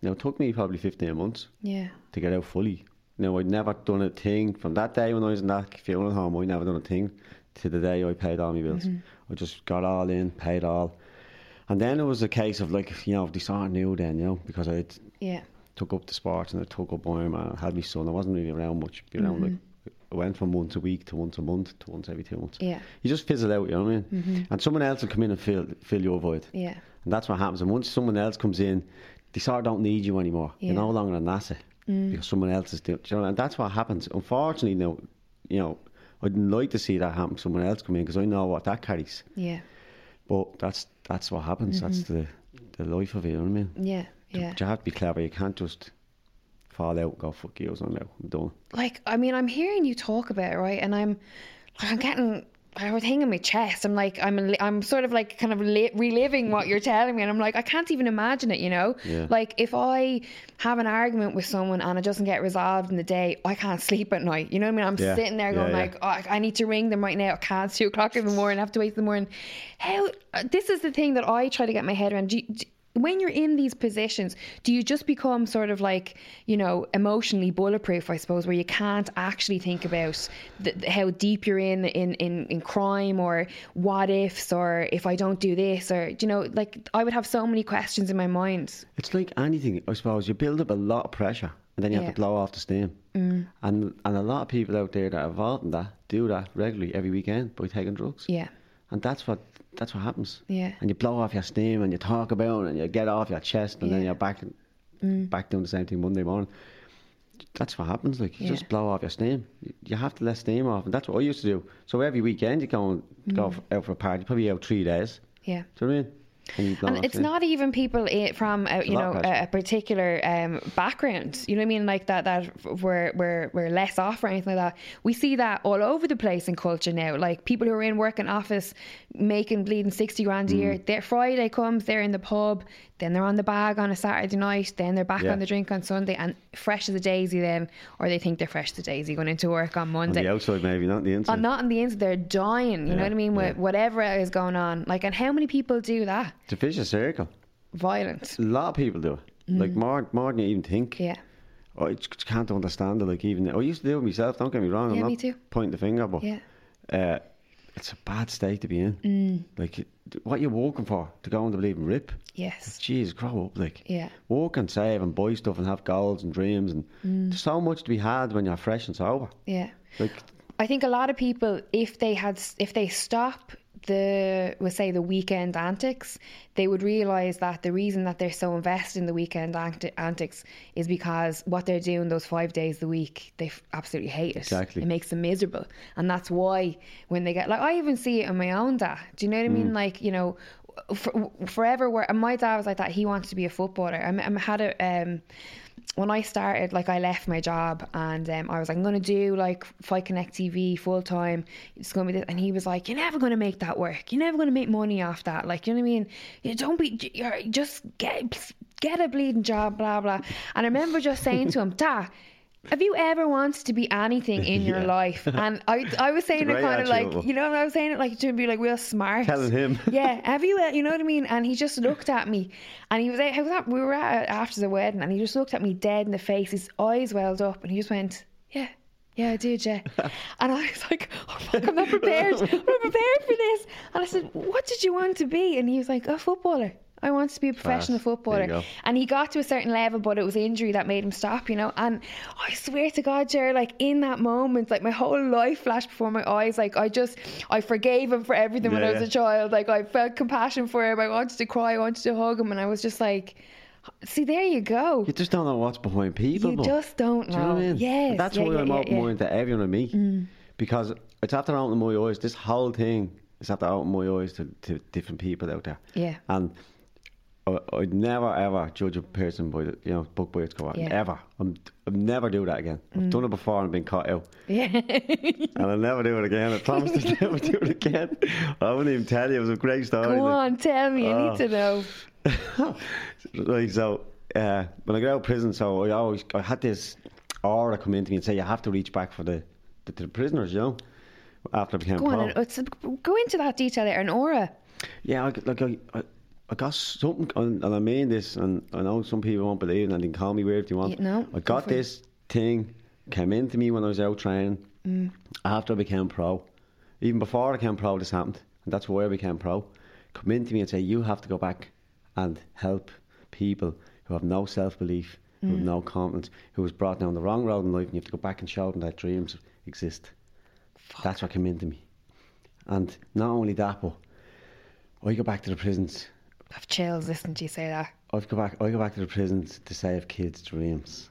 Speaker 2: Now it took me probably fifteen months
Speaker 1: Yeah.
Speaker 2: to get out fully. Now I'd never done a thing from that day when I was in that funeral home. I never done a thing to the day I paid all my bills. I just got all in, paid all, and then it was a case of like you know they sort of knew then you know because I
Speaker 1: Yeah.
Speaker 2: took up the sport and I took up Ironman. I had my son. I wasn't really around much. You know,
Speaker 1: Mm-hmm.
Speaker 2: like I went from once a week to once a month to once every two months.
Speaker 1: Yeah. Mm-hmm.
Speaker 2: you just fizzle out. You know what I mean? And someone else will come in and fill fill your void.
Speaker 1: Yeah.
Speaker 2: And that's what happens. And once someone else comes in, they sort of don't need you anymore.
Speaker 1: Yeah. Mm.
Speaker 2: You're no longer a NASA because someone else is doing. do You know, and that's what happens. Unfortunately, now, you know, I'd like to see that happen. Someone else come in because I know what that carries.
Speaker 1: Yeah.
Speaker 2: But that's that's what happens.
Speaker 1: Mm-hmm.
Speaker 2: That's the the life of it. You know what I mean?
Speaker 1: Yeah.
Speaker 2: Do-
Speaker 1: Yeah.
Speaker 2: do you have to be clever. You can't just fall out. and Go fuck you. I'm out. I'm done.
Speaker 1: like I mean, I'm hearing you talk about it, right, and I'm, I'm getting I have a thing in my chest. I'm like, I'm, I'm sort of like kind of li- reliving what you're telling me, and I'm like, I can't even imagine it, you know.
Speaker 2: Yeah.
Speaker 1: Like if I have an argument with someone and it doesn't get resolved in the day, I can't sleep at night. You know what I mean? I'm
Speaker 2: Yeah.
Speaker 1: sitting there
Speaker 2: Yeah,
Speaker 1: going
Speaker 2: yeah.
Speaker 1: like, oh, I- I need to ring them right now. I can't. It's two o'clock in the morning. I have to wait till the morning. How? uh, This is the thing that I try to get my head around. Do you, do- when you're in these positions, do you just become sort of like, you know, emotionally bulletproof, I suppose, where you can't actually think about the, the- how deep you're in, in in in crime or what ifs or if I don't do this or, do you know, like I would have so many questions in my mind.
Speaker 2: It's like anything, I suppose. You build up a lot of pressure, and then you
Speaker 1: Yeah.
Speaker 2: have to blow off the steam. Mm. And and a lot of people out there that are involved in that do that regularly every weekend by taking drugs.
Speaker 1: Yeah.
Speaker 2: And that's what that's what happens.
Speaker 1: Yeah.
Speaker 2: And you blow off your steam, and you talk about it, and you get off your chest, and then
Speaker 1: Yeah.
Speaker 2: you're back back doing the same thing Monday morning. That's what happens. Like you
Speaker 1: Yeah.
Speaker 2: just blow off your steam. You- You have to let steam off, and that's what I used to do. So every weekend you go and go
Speaker 1: Mm.
Speaker 2: f- out for a party, probably out three days.
Speaker 1: Yeah.
Speaker 2: Do you know what I mean? And, you blow
Speaker 1: and
Speaker 2: off
Speaker 1: it's
Speaker 2: steam.
Speaker 1: not even people i- from a, you
Speaker 2: lot
Speaker 1: know
Speaker 2: of
Speaker 1: a,
Speaker 2: pressure.
Speaker 1: a particular um, background. You know what I mean? Like that that we're we're we're less off or anything like that. We see that all over the place in culture now. Like people who are in work and office making bleeding sixty grand a
Speaker 2: Mm.
Speaker 1: year. Their Friday comes, they're in the pub, then they're on the bag on a Saturday night, then they're back
Speaker 2: Yeah.
Speaker 1: on the drink on Sunday, and fresh as a daisy then, or they think they're fresh as a daisy going into work on
Speaker 2: on
Speaker 1: Monday.
Speaker 2: the outside, maybe not the inside.
Speaker 1: But not on the inside, they're dying. You know
Speaker 2: Yeah,
Speaker 1: what I mean? With
Speaker 2: yeah.
Speaker 1: whatever is going on, like, and how many people do that?
Speaker 2: It's a vicious circle.
Speaker 1: Violence.
Speaker 2: A lot of people do it. Like more, more than you even think.
Speaker 1: Mm. Yeah.
Speaker 2: I just just can't understand it. Like even I used to do it myself. Don't get me wrong.
Speaker 1: Yeah,
Speaker 2: I'm
Speaker 1: me
Speaker 2: not
Speaker 1: too.
Speaker 2: pointing the finger, but
Speaker 1: Yeah.
Speaker 2: uh, it's a bad state to be in. Mm. Like it- what you're walking for to go on to believe and rip.
Speaker 1: Yes.
Speaker 2: Jeez, grow up. Like
Speaker 1: Yeah.
Speaker 2: walk and save and buy stuff and have goals and dreams and
Speaker 1: Mm.
Speaker 2: there's so much to be had when you're fresh and sober.
Speaker 1: Yeah.
Speaker 2: Like
Speaker 1: I think a lot of people, if they had, if they stop the, we'll say the weekend antics, they would realize that the reason that they're so invested in the weekend anti- antics is because what they're doing those five days a week, they f- absolutely hate it.
Speaker 2: Exactly.
Speaker 1: It makes them miserable, and that's why when they get like, I even see it in my own dad. Do you know what I mean? Like you know. For, forever, where and my dad was like that. He wants to be a footballer. I, I had a um, when I started, like I left my job and um, I was like, I'm gonna do like Fight Connect TV full time. It's gonna be this, and he was like, You're never gonna make that work. You're never gonna make money off that. Like, you know what I mean? You don't be. j- You're, just get get a bleeding job, blah blah. And I remember just saying to him, Da. Have you ever wanted to be anything in your
Speaker 2: Yeah.
Speaker 1: life? And I, I was saying it
Speaker 2: great
Speaker 1: kind of like,
Speaker 2: attitude.
Speaker 1: you know, what I was saying it like to be like real smart
Speaker 2: Telling him.
Speaker 1: yeah, have you? uh, You know what I mean? And he just looked at me, and he was. I was at, we were at, uh, after the wedding, and he just looked at me dead in the face. His eyes welled up, and he just went, "Yeah, yeah, I did, yeah." and I was like, "Oh fuck, I'm not prepared. I'm not prepared for this." And I said, "What did you want to be?" And he was like, "A footballer." I wanted to be a professional
Speaker 2: Class. Ah, There you
Speaker 1: footballer
Speaker 2: go.
Speaker 1: and he got to a certain level, but it was injury that made him stop, you know. And I swear to God, Jer, like in that moment, like my whole life flashed before my eyes. Like I just, I forgave him for everything when
Speaker 2: Yeah,
Speaker 1: I was
Speaker 2: yeah.
Speaker 1: a child. Like I felt compassion for him. I wanted to cry, I wanted to hug him, and I was just like, see, there you go.
Speaker 2: you just don't know what's behind people.
Speaker 1: You
Speaker 2: but-
Speaker 1: just don't
Speaker 2: Do you know
Speaker 1: know.
Speaker 2: what I mean?
Speaker 1: Yes,
Speaker 2: And that's
Speaker 1: yeah,
Speaker 2: why
Speaker 1: yeah,
Speaker 2: I'm
Speaker 1: yeah,
Speaker 2: open
Speaker 1: yeah. Mm.
Speaker 2: minded to everyone and me. Because it's after opening my eyes, this whole thing is after opening my eyes to, to different people out there.
Speaker 1: Yeah.
Speaker 2: And I, I'd never ever judge a person by the, you know book by its cover.
Speaker 1: Yeah. Mm.
Speaker 2: Ever. I'm I'll never do that again. I've done it before and been caught out,
Speaker 1: Yeah.
Speaker 2: and I'll never do it again. I promise to never do it again. I wouldn't even tell Oh. you. It was a great story.
Speaker 1: Go
Speaker 2: like-
Speaker 1: on, tell me. I need to know.
Speaker 2: right, so uh, when I got out of prison, so I always I had this aura come into me and say you have to reach back for the the, the prisoners, you know. After I became
Speaker 1: Go on.
Speaker 2: pro,
Speaker 1: and it's- Go into that detail there. An aura.
Speaker 2: yeah, I, like I, I, I got something, and, and I mean this, and I know some people won't believe, it and they can call me weird if you want.
Speaker 1: Yeah, no, go
Speaker 2: I got
Speaker 1: for it.
Speaker 2: this thing came into me when I was out training
Speaker 1: Mm.
Speaker 2: after I became pro. Even before I became pro, this happened, and that's why I became pro. Come into me and say, you have to go back and help people who have no self belief, who
Speaker 1: Mm.
Speaker 2: have no confidence, who was brought down the wrong road in life, and you have to go back and show them that dreams exist. That's what came into me. And not only that, but I go back to the prisons.
Speaker 1: I have chills listening to you say that.
Speaker 2: I've go back. I go back to the prisons to save kids' dreams.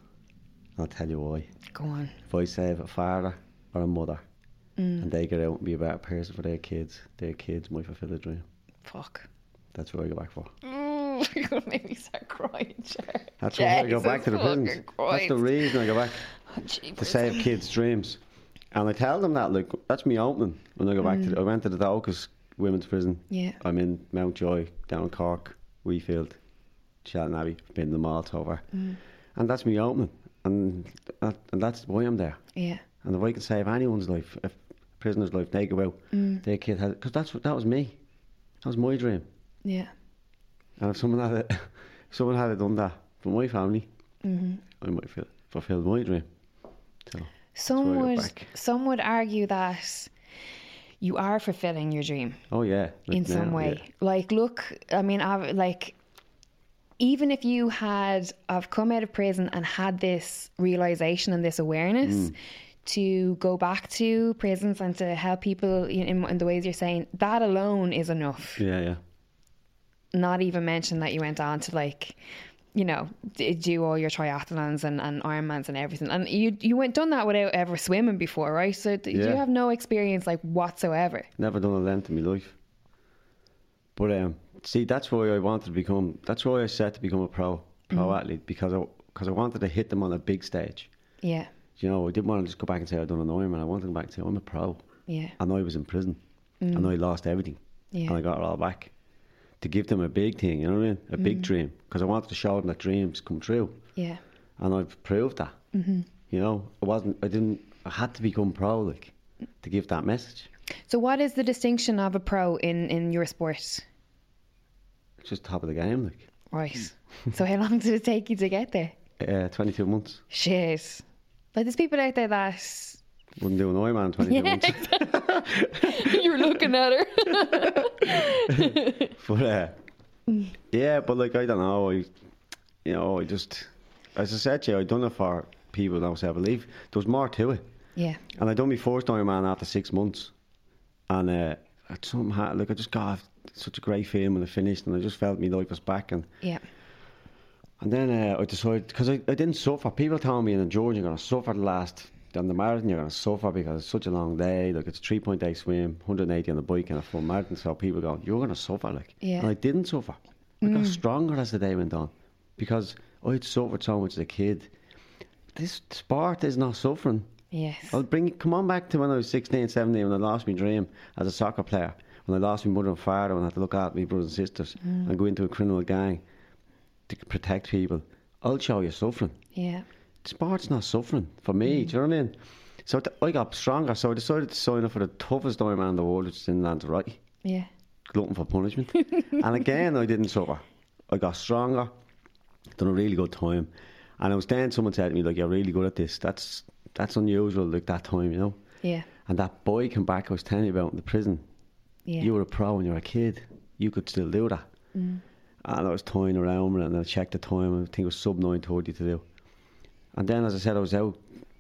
Speaker 2: I'll tell you why.
Speaker 1: Go on.
Speaker 2: If I save a father or a mother,
Speaker 1: Mm.
Speaker 2: and they get out and be a better person for their kids, their kids might fulfil a dream.
Speaker 1: Fuck.
Speaker 2: That's what I go back for.
Speaker 1: Mm, You're going to make me start crying, Ger.
Speaker 2: That's why I go back to the
Speaker 1: Jesus
Speaker 2: prisons.
Speaker 1: fucking
Speaker 2: That's the
Speaker 1: Christ.
Speaker 2: reason I go back
Speaker 1: Oh, jeepers.
Speaker 2: to save kids' dreams. And I tell them that. Look, that's me opening. When I go back to,
Speaker 1: Mm.
Speaker 2: the, I went to the Dalkas Women's Prison.
Speaker 1: Yeah.
Speaker 2: I'm in Mountjoy, down in Cork, Weefield, Shelton Abbey, been in the mall over.
Speaker 1: Mm.
Speaker 2: And that's me opening. And, that, and that's why I'm there.
Speaker 1: Yeah.
Speaker 2: And if I can save anyone's life, if a prisoner's life, they go out,
Speaker 1: Mm.
Speaker 2: their kid has, because that's what- that was me. That was my dream.
Speaker 1: Yeah.
Speaker 2: And if someone had, it, if someone had done that for my family,
Speaker 1: Mm-hmm.
Speaker 2: I might feel fulfilled my dream. So
Speaker 1: Some
Speaker 2: why I go
Speaker 1: would,
Speaker 2: back.
Speaker 1: some would argue that you are fulfilling your dream.
Speaker 2: Oh yeah, like
Speaker 1: in some
Speaker 2: now,
Speaker 1: way.
Speaker 2: yeah.
Speaker 1: Like, look, I mean, I've, like, even if you had, I've come out of prison and had this realization and this awareness
Speaker 2: Mm.
Speaker 1: to go back to prisons and to help people in, in, in the ways you're saying, that alone is enough.
Speaker 2: Yeah, yeah,
Speaker 1: Not even mention that you went on to, like, you know, d- do all your triathlons and, and Ironmans and everything. And you you went done that without ever swimming before, right? So d you
Speaker 2: Yeah.
Speaker 1: have no experience, like, whatsoever.
Speaker 2: never done a length in my life. But um, see, that's why I wanted to become. That's why I set to become a pro pro athlete because I because I wanted to hit them on a big stage.
Speaker 1: Yeah.
Speaker 2: You know, I didn't want to just go back and say I done an Ironman. I wanted to go back and say I'm a pro.
Speaker 1: Yeah.
Speaker 2: and I was in prison and I lost everything
Speaker 1: Yeah.
Speaker 2: and I got it all back to give them a big thing, you know what I mean? A big dream because I wanted to show them that dreams come true
Speaker 1: Yeah.
Speaker 2: and I've proved that. Mm-hmm. You know, I wasn't, I didn't, I had to become pro like to give that message.
Speaker 1: So, what is the distinction of a pro in in your sport?
Speaker 2: It's just top of the game like
Speaker 1: Right. so, how long did it take you to get there?
Speaker 2: uh, 22 months.
Speaker 1: Shit. Like, there's people out there that
Speaker 2: Wouldn't do an Ironman in 22 months.
Speaker 1: you're looking at her.
Speaker 2: But uh, yeah, but like I don't know, I you know, I just as I said to you, I done it for people that was I believe. There was more to it.
Speaker 1: yeah.
Speaker 2: And I done my first Ironman after six months, and uh, I somehow like I just got such a great feeling when I finished, and I just felt my life was back. And
Speaker 1: Yeah.
Speaker 2: and then uh, I decided because I, I didn't suffer. People tell me in Georgia you're gonna suffer the last on the marathon you're gonna suffer because it's such a long day. Like it's a three point day swim, 180 on the bike, and a full marathon. So people go, you're gonna suffer like.
Speaker 1: Yeah.
Speaker 2: And I didn't suffer. I got stronger as the day went on because I had suffered so much as a kid. This sport is not suffering.
Speaker 1: Yes.
Speaker 2: I'll bring come on back to when I was 16, 17 when I lost my dream as a soccer player. When I lost my mother and father, when I had to look after my brothers and sisters and go into a criminal gang to protect people. I'll show you suffering.
Speaker 1: Yeah.
Speaker 2: Sport's not suffering for me, do you know what I mean? So th- I got stronger, so I decided to sign up for the toughest Ironman in the world, which is in Lanzarote
Speaker 1: Yeah.
Speaker 2: glutton for punishment. and again, I didn't suffer. I got stronger, done a really good time. And I was then someone said to me, like, you're really good at this. That's that's unusual, like that time, you know.
Speaker 1: Yeah.
Speaker 2: And that boy came back, I was telling you about in the prison.
Speaker 1: Yeah. Mm.
Speaker 2: You were a pro when you were a kid. You could still do that. And I was toying around with it and I checked the time. and I think it was sub 930 to do. And then, as I said, I was out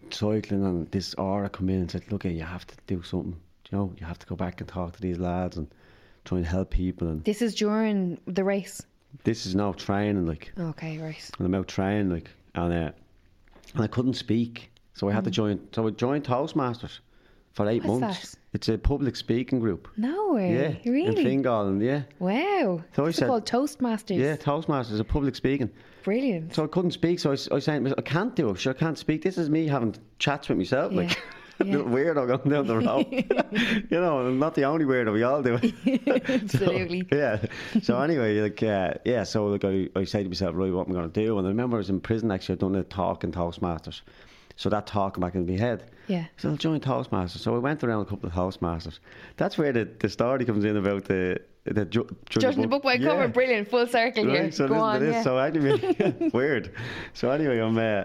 Speaker 2: cycling and this aura come in and said, look, you have to do something. You know, you have to go back and talk to these lads and try and help people. And
Speaker 1: this is during the race.
Speaker 2: this is now training, like,
Speaker 1: Okay. Right.
Speaker 2: and I'm out training, like, and, uh, and I couldn't speak. So I had to join, so I joined Toastmasters. for eight
Speaker 1: Mm. What's
Speaker 2: months.
Speaker 1: that?
Speaker 2: It's a public speaking group.
Speaker 1: No
Speaker 2: Yeah,
Speaker 1: way.
Speaker 2: in
Speaker 1: Really?
Speaker 2: Fingal, yeah,
Speaker 1: Wow.
Speaker 2: So I
Speaker 1: It's
Speaker 2: said-
Speaker 1: called Toastmasters.
Speaker 2: yeah. Toastmasters, a public speaking.
Speaker 1: Brilliant.
Speaker 2: So I couldn't speak. er So I, s- I was saying, to myself, I can't do it. Sure, I can't speak. This is me having chats with myself. Like,
Speaker 1: Yeah. Yeah.
Speaker 2: little weirdo going down the road. you know, I'm not the only weirdo. We all do it.
Speaker 1: Absolutely.
Speaker 2: So, yeah. So anyway, like, uh, yeah. So like, I, I say to myself, right, what am I going to do? And I remember I was in prison. Actually, I'd done a talk in Toastmasters. So that talk came back in my head.
Speaker 1: Yeah.
Speaker 2: So I'll join Toastmasters. So I went around a couple of Toastmasters. That's where the, the story comes in about the the ju- judging
Speaker 1: Judging the book by cover,
Speaker 2: Yeah.
Speaker 1: brilliant. Full circle
Speaker 2: Right,
Speaker 1: here.
Speaker 2: So
Speaker 1: Go
Speaker 2: listen
Speaker 1: on.
Speaker 2: to this.
Speaker 1: yeah.
Speaker 2: So anyway, weird. So anyway, I'm uh,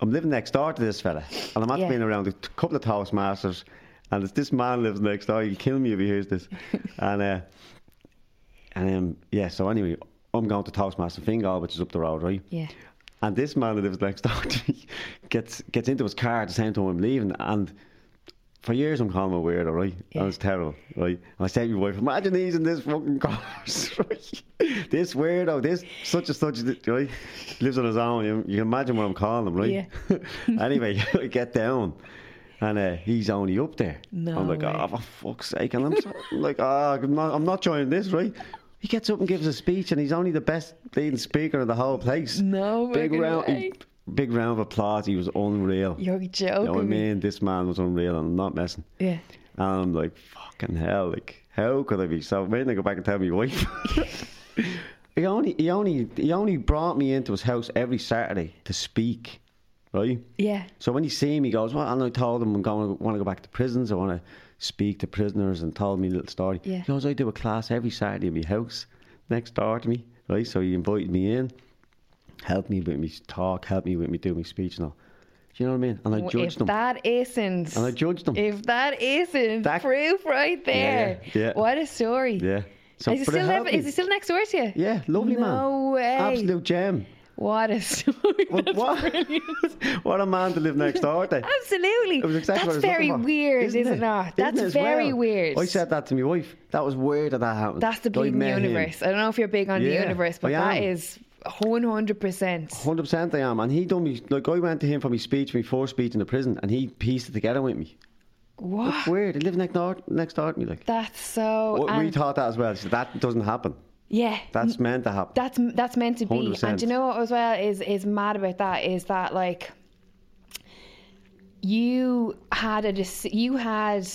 Speaker 2: I'm living next door to this fella, and I'm after
Speaker 1: Yeah.
Speaker 2: being around a t- couple of housemaster's, and it's this man lives next door. He'll kill me if he hears this. and uh, and um, yeah. So anyway, I'm going to Toastmaster Fingal, which is up the road, right?
Speaker 1: yeah.
Speaker 2: And this man that lives next door to me gets gets into his car at the same time I'm leaving. And for years I'm calling him a weirdo, right?
Speaker 1: Yeah.
Speaker 2: And it's terrible, right? And I said to my wife, imagine he's in this fucking car, right? This weirdo, this such and such, right? Lives on his own. You, you can imagine what I'm calling him, right? anyway, I get down. And uh, he's only up there.
Speaker 1: No
Speaker 2: I'm like,
Speaker 1: way.
Speaker 2: oh, for fuck's sake. And I'm so- like, oh, I'm not, I'm not joining this, right? He gets up and gives a speech, and he's only the best leading speaker in the whole place
Speaker 1: No
Speaker 2: big
Speaker 1: fucking
Speaker 2: round,
Speaker 1: way.
Speaker 2: big round of applause. He was unreal.
Speaker 1: You're joking.
Speaker 2: you know what I mean? This man was unreal, and I'm not messing.
Speaker 1: Yeah.
Speaker 2: And I'm like, fucking hell! Like, how could I be so? When I go back and tell my wife. He only, he only, he only brought me into his house every Saturday to speak, right?
Speaker 1: Yeah.
Speaker 2: So when he seen me, he goes, "Well," and I told him I'm going to want to go back to prisons. I want to speak to prisoners, and told me a little story.
Speaker 1: Yeah.
Speaker 2: He goes, "I do a class every Saturday in my house next door to me, right?" So he invited me in, helped me with me talk, helped me with me do my speech and all. Do you know what I mean? And I
Speaker 1: Well,
Speaker 2: judged
Speaker 1: if
Speaker 2: them.
Speaker 1: that isn't.
Speaker 2: And I judged them.
Speaker 1: If that isn't
Speaker 2: That-
Speaker 1: proof right there.
Speaker 2: yeah, yeah.
Speaker 1: What a story.
Speaker 2: yeah.
Speaker 1: is, he
Speaker 2: but it
Speaker 1: still
Speaker 2: helped
Speaker 1: never, is
Speaker 2: me.
Speaker 1: he still next door to you?
Speaker 2: Yeah, lovely man.
Speaker 1: No way.
Speaker 2: Absolute gem.
Speaker 1: What a story.
Speaker 2: What?
Speaker 1: That's
Speaker 2: What,
Speaker 1: brilliant.
Speaker 2: what a man to live next door to.
Speaker 1: Absolutely.
Speaker 2: It was exactly
Speaker 1: That's
Speaker 2: what I was looking
Speaker 1: very
Speaker 2: for.
Speaker 1: weird, isn't, it? not? That's
Speaker 2: Isn't it as
Speaker 1: very
Speaker 2: well?
Speaker 1: weird.
Speaker 2: I said that to my wife. That was weird that that happened.
Speaker 1: That's the
Speaker 2: That I
Speaker 1: bleeding
Speaker 2: met him.
Speaker 1: universe. I don't know if you're big on the
Speaker 2: Yeah,
Speaker 1: universe, but that
Speaker 2: I am.
Speaker 1: is 100%.
Speaker 2: Hundred percent, I am, and he done me like I went to him for my speech, my first speech in the prison, and he pieced it together with me.
Speaker 1: What?
Speaker 2: Weird, he lived next door, next door to me, like.
Speaker 1: That's so.
Speaker 2: What we
Speaker 1: and-
Speaker 2: thought that as well. So that doesn't happen.
Speaker 1: yeah.
Speaker 2: That's meant to happen.
Speaker 1: that's that's meant to be. And
Speaker 2: 100%.
Speaker 1: do you know what as well is is mad about that is that like you had a dec- you had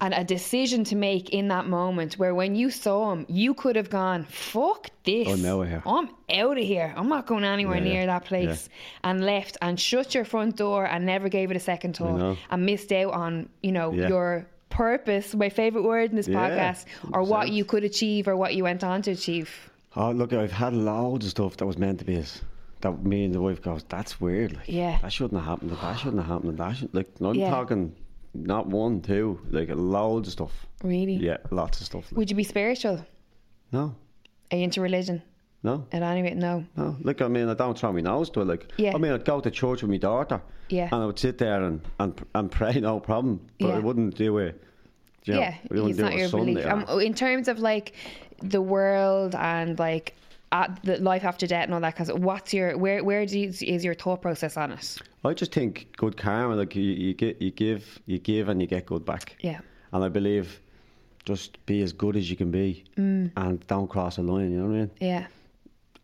Speaker 1: an, a decision to make in that moment where when you saw him you could have gone fuck this
Speaker 2: Oh, no, yeah.
Speaker 1: i'm out of here i'm not going anywhere
Speaker 2: Yeah,
Speaker 1: near
Speaker 2: yeah,
Speaker 1: that place and left and shut your front door and never gave it a second
Speaker 2: know.
Speaker 1: thought and missed out on you know
Speaker 2: Yeah.
Speaker 1: your purpose my favorite word in this
Speaker 2: Yeah,
Speaker 1: podcast or what
Speaker 2: 100%.
Speaker 1: you could achieve or what you went on to achieve.
Speaker 2: oh look, I've had loads of stuff that was meant to be us. That me and the wife goes, that's weird. Like,
Speaker 1: Yeah.
Speaker 2: that shouldn't have happened. That shouldn't have happened. That should like I'm
Speaker 1: Yeah.
Speaker 2: talking not one, two, like loads of stuff.
Speaker 1: Really?
Speaker 2: Yeah, lots of stuff. Like,
Speaker 1: Would you be spiritual?
Speaker 2: no,
Speaker 1: Are you into religion?
Speaker 2: no,
Speaker 1: At any rate, no.
Speaker 2: No, like I mean, I don't throw my nose to it. Like,
Speaker 1: Yeah.
Speaker 2: I mean, I'd go to church with my daughter.
Speaker 1: Yeah.
Speaker 2: And I would sit there and and, and pray, no problem. But
Speaker 1: Yeah.
Speaker 2: I wouldn't do it. You know,
Speaker 1: Yeah,
Speaker 2: I wouldn't
Speaker 1: it's
Speaker 2: do
Speaker 1: not
Speaker 2: it
Speaker 1: your
Speaker 2: Sunday
Speaker 1: belief.
Speaker 2: or-
Speaker 1: Um, in terms of like the world and like at the life after death and all that kind of what's your where where do you, is your thought process on it?
Speaker 2: I just think good karma. Like you, you get, you give, you give, and you get good back.
Speaker 1: Yeah.
Speaker 2: And I believe, just be as good as you can be,
Speaker 1: Mm.
Speaker 2: and don't cross a line. You know what I mean?
Speaker 1: Yeah.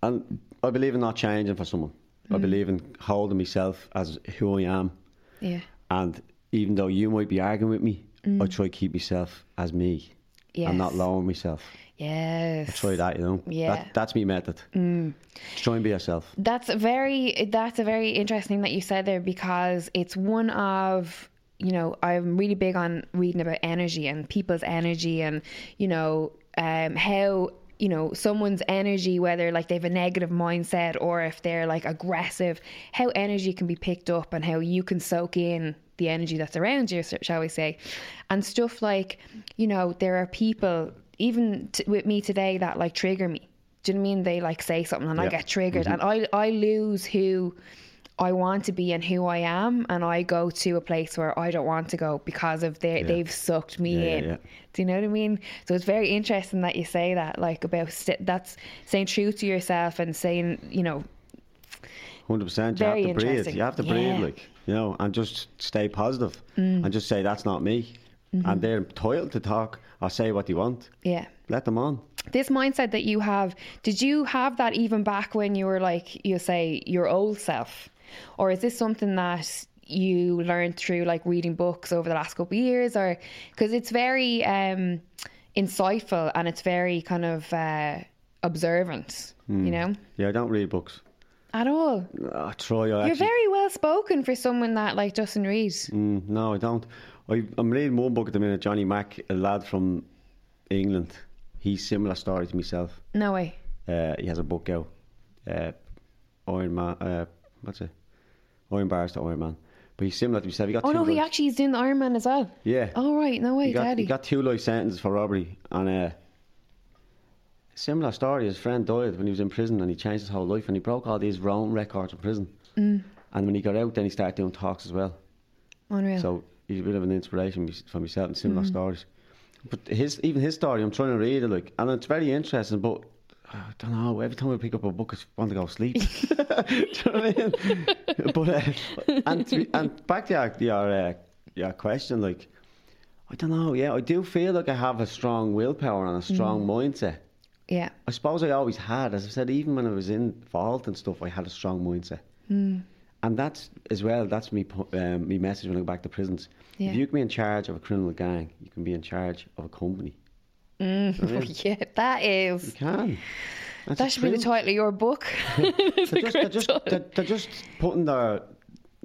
Speaker 2: And I believe in not changing for someone.
Speaker 1: Mm.
Speaker 2: I believe in holding myself as who I am.
Speaker 1: Yeah.
Speaker 2: And even though you might be arguing with me, I try to keep myself as me.
Speaker 1: Mm. Yes.
Speaker 2: And not lowering myself.
Speaker 1: Yes.
Speaker 2: Try that, you know.
Speaker 1: Yeah. Mm.
Speaker 2: That, that's my method. Just Try and be yourself.
Speaker 1: That's a very that's a very interesting that you said there because it's one of you know I'm really big on reading about energy and people's energy and you know um, how you know someone's energy whether like they have a negative mindset or if they're like aggressive how energy can be picked up and how you can soak in the energy that's around you sh- shall we say and stuff like you know there are people even t- with me today that like trigger me do you know what I mean? They like say something and I
Speaker 2: Yeah. Mm-hmm.
Speaker 1: get triggered and I I lose who I want to be and who I am and I go to a place where I don't want to go because of their they've sucked me
Speaker 2: Yeah, yeah,
Speaker 1: in.
Speaker 2: yeah.
Speaker 1: Do you know what I mean? So it's very interesting that you say that like about st- that's saying true to yourself and saying, you know,
Speaker 2: 100%.
Speaker 1: Very
Speaker 2: You have to breathe.
Speaker 1: interesting.
Speaker 2: You have to
Speaker 1: Yeah. Mm.
Speaker 2: breathe. Like, you know, and just stay positive and just say that's not me.
Speaker 1: Mm-hmm.
Speaker 2: And they're entitled to talk or say what they want.
Speaker 1: Yeah.
Speaker 2: Let them on.
Speaker 1: This mindset that you have, did you have that even back when you were like, you say, your old self? Or is this something that you learned through like reading books over the last couple of years? Or because it's very um, insightful and it's very kind of uh, observant,
Speaker 2: Hmm.
Speaker 1: you know,
Speaker 2: Yeah, I don't read books.
Speaker 1: at all.
Speaker 2: Ah, Troy, I
Speaker 1: You're
Speaker 2: actually
Speaker 1: very well spoken for someone that like Justin Reed.
Speaker 2: Mm, no, I don't. I, I'm reading one book at the minute, Johnny Mack, a lad from England. He's similar story to myself.
Speaker 1: No way.
Speaker 2: Uh, he has a book out. Uh, Iron Man. Uh, what's it? Iron Bars to Iron Man. But he's similar to himself. He got
Speaker 1: Oh
Speaker 2: two
Speaker 1: no, he oh,
Speaker 2: life-
Speaker 1: actually is doing the Iron Man as well.
Speaker 2: Yeah.
Speaker 1: All right, no way,
Speaker 2: he got,
Speaker 1: Daddy.
Speaker 2: he got two life sentences for robbery. And uh, similar story. His friend died when he was in prison and he changed his whole life and he broke all these wrong records in prison. Mm. And when he got out, then he started doing talks as well.
Speaker 1: Unreal.
Speaker 2: So he's a bit of an inspiration mis- for myself and similar stories. But his even his story, I'm trying to read it, like, and it's very interesting. But I don't know. Every time I pick up a book, I just want to go sleep. Do you know what I mean? but uh, and to, and back to your your, uh, your question, like, I don't know. Yeah, I do feel like I have a strong willpower and a strong mindset.
Speaker 1: yeah.
Speaker 2: I suppose I always had, as I said, even when I was in vault and stuff, I had a strong mindset.
Speaker 1: Hmm.
Speaker 2: And that's as well. That's me. pu- Um, me message when I go back to prisons.
Speaker 1: Yeah.
Speaker 2: If you can be in charge of a criminal gang, you can be in charge of a company.
Speaker 1: yeah, that is.
Speaker 2: You can. That's
Speaker 1: That should be the
Speaker 2: truth.
Speaker 1: title of your book. It's a
Speaker 2: They're just, they're,
Speaker 1: great
Speaker 2: just,
Speaker 1: title.
Speaker 2: they're, they're just putting their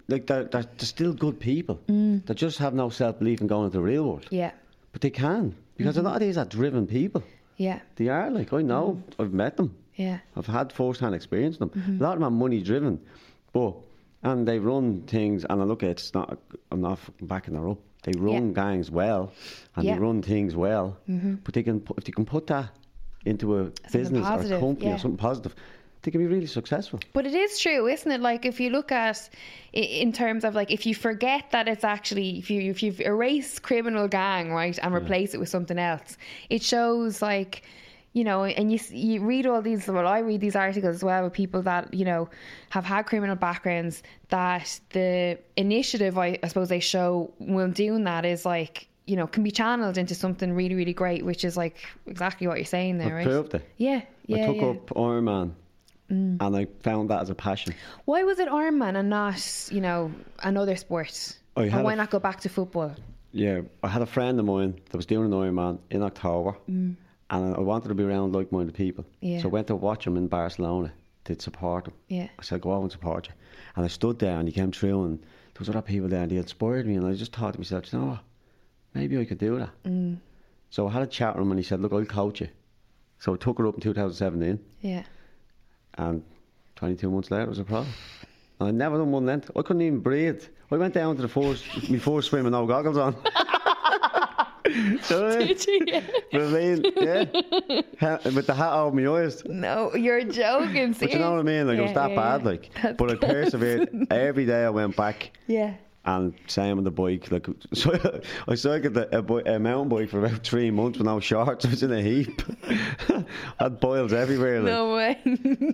Speaker 2: like they're, they're, they're still good people. They just have no self belief in going into the real world,
Speaker 1: Hmm. yeah, Mm-hmm.
Speaker 2: but they can because a lot of these are driven people.
Speaker 1: yeah,
Speaker 2: They are like I know.
Speaker 1: Mm.
Speaker 2: I've met them.
Speaker 1: yeah,
Speaker 2: I've had first hand experience of them.
Speaker 1: Mm-hmm.
Speaker 2: A lot of them are money driven, but and they run things. And I look at it's not. I'm not fucking backing her up. They run gangs well, and
Speaker 1: Yeah. Mm-hmm.
Speaker 2: they run things well. But they can put, if they can put that into a business
Speaker 1: positive,
Speaker 2: or company
Speaker 1: yeah.
Speaker 2: or something positive, they can be really successful.
Speaker 1: But it is true, isn't it? Like if you look at i- in terms of like if you forget that it's actually if you if you erase criminal gang right and replace it with something else, it shows like you know, and you s- you read all these. Well, I read these articles as well with people that you know have had criminal backgrounds. That the initiative, I, I suppose, they show when doing that is like you know can be channeled into something really really great, which is like exactly what you're saying there,
Speaker 2: I
Speaker 1: right?
Speaker 2: proved it.
Speaker 1: Yeah, yeah,
Speaker 2: I took
Speaker 1: yeah. Mm.
Speaker 2: up Iron Man, and I found that as a passion.
Speaker 1: Why was it Iron Man and not, you know, another sport?
Speaker 2: I Oh, had
Speaker 1: and why
Speaker 2: a-
Speaker 1: not go back to football?
Speaker 2: Yeah, I had a friend of mine that was doing an Ironman in October, and I wanted to be around like-minded people.
Speaker 1: Mm. Yeah.
Speaker 2: So I went to watch him in Barcelona to support him.
Speaker 1: Yeah.
Speaker 2: I said, "Go out and support you," and I stood there, and he came through, and there was other people there, and he inspired me, and I just thought to myself, "You know what? Maybe I could do that."
Speaker 1: Mm.
Speaker 2: So I had a chat with him, and he said, "Look, I'll coach you." So I took her up in 2017,
Speaker 1: Yeah.
Speaker 2: and 22 months later, it was a pro. And I never done one length. I couldn't even breathe. I went down to the forest, my first swim with no goggles on. So, yeah. You know what I mean? Yeah. Ha- With the hat over my eyes.
Speaker 1: No, you're joking.
Speaker 2: But you know what I mean? Like, it was that bad. Like, but I persevered. Every day I went back
Speaker 1: Yeah.
Speaker 2: and same on the bike. Like, so I cycled a, a, boi- a mountain bike for about three months with no shorts. I was in a heap. I had boils everywhere. Like.
Speaker 1: No way.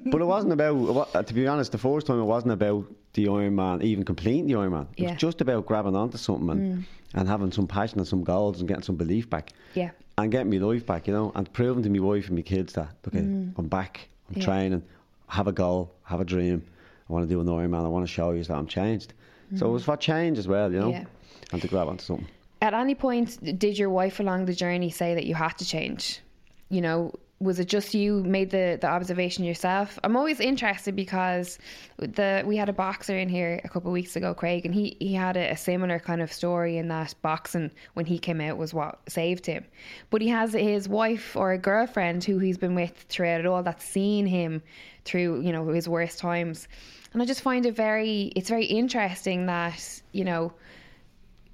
Speaker 2: But it wasn't about, it wa- to be honest, the first time it wasn't about the Iron Man, even completing the Iron Man. It
Speaker 1: Yeah. Mm.
Speaker 2: was just about grabbing onto something and, and having some passion and some goals and getting some belief back.
Speaker 1: Yeah.
Speaker 2: And getting my life back, you know, and proving to my wife and my kids that, look, I'm back, I'm
Speaker 1: Mm. Yeah.
Speaker 2: training, I have a goal, I have a dream, I want to do an Iron Man, I want to show you that I'm changed. So it was for change as well, you know,
Speaker 1: Mm. Yeah.
Speaker 2: and to grab onto something.
Speaker 1: At any point, did your wife along the journey say that you had to change? You know, was it just you made the, the observation yourself? I'm always interested because the we had a boxer in here a couple of weeks ago, Craig, and he, he had a, a similar kind of story in that boxing when he came out was what saved him. But he has his wife or a girlfriend who he's been with throughout it all that's seen him through, you know, his worst times. And I just find it very it's very interesting that, you know,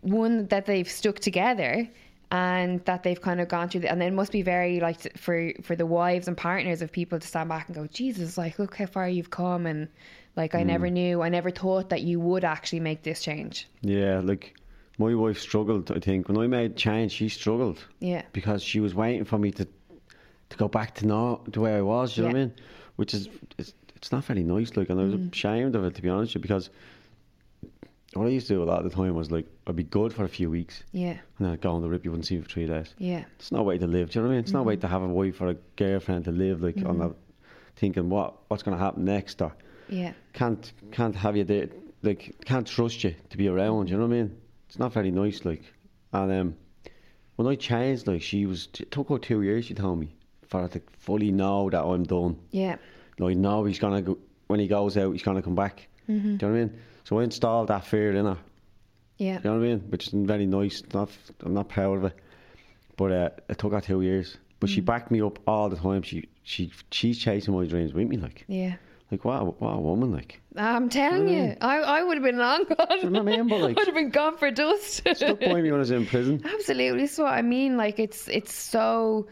Speaker 1: one that they've stuck together and that they've kind of gone through the, and then it must be very like t- for for the wives and partners of people to stand back and go jesus like look how far you've come and like i
Speaker 2: Mm.
Speaker 1: never knew i never thought that you would actually make this change
Speaker 2: Yeah, like my wife struggled. I think when I made change, she struggled.
Speaker 1: Yeah.
Speaker 2: because she was waiting for me to to go back to nor to where I was. You know what
Speaker 1: Yeah.
Speaker 2: I mean? Which is it's, it's not very nice. Like, and I was ashamed of it to be honest, with you, because what I used to do a lot of the time was like, I'd be good for a few weeks
Speaker 1: Yeah.
Speaker 2: and I'd go on the rip. You wouldn't see me for three days.
Speaker 1: Yeah.
Speaker 2: It's no way to live. Do you know what I mean? It's no way to have a wife or a girlfriend to live like on that, thinking what what's going to happen next or
Speaker 1: Yeah.
Speaker 2: can't can't have you there. Like can't trust you to be around. You know what I mean? It's not very nice. Like, and um, when I changed, like she was it took her two years. She told me for her to fully know that I'm done.
Speaker 1: Yeah.
Speaker 2: Like no, he's gonna go when he goes out, he's gonna come back. Do you know what I mean? So I installed that fear in her.
Speaker 1: Yeah.
Speaker 2: You know what I mean? Which isn't very nice. It's Not I'm not proud of it, but uh, it took her two years. But she backed me up all the time. She she she's chasing my dreams with me. Like
Speaker 1: Yeah.
Speaker 2: like what a, what a woman like.
Speaker 1: I'm telling you, I, I would have been long
Speaker 2: Mm. You
Speaker 1: gone.
Speaker 2: know what I mean? But like
Speaker 1: I'd have been gone for dust.
Speaker 2: stuck by me when I was in prison.
Speaker 1: Absolutely, that's what I mean. Like it's it's so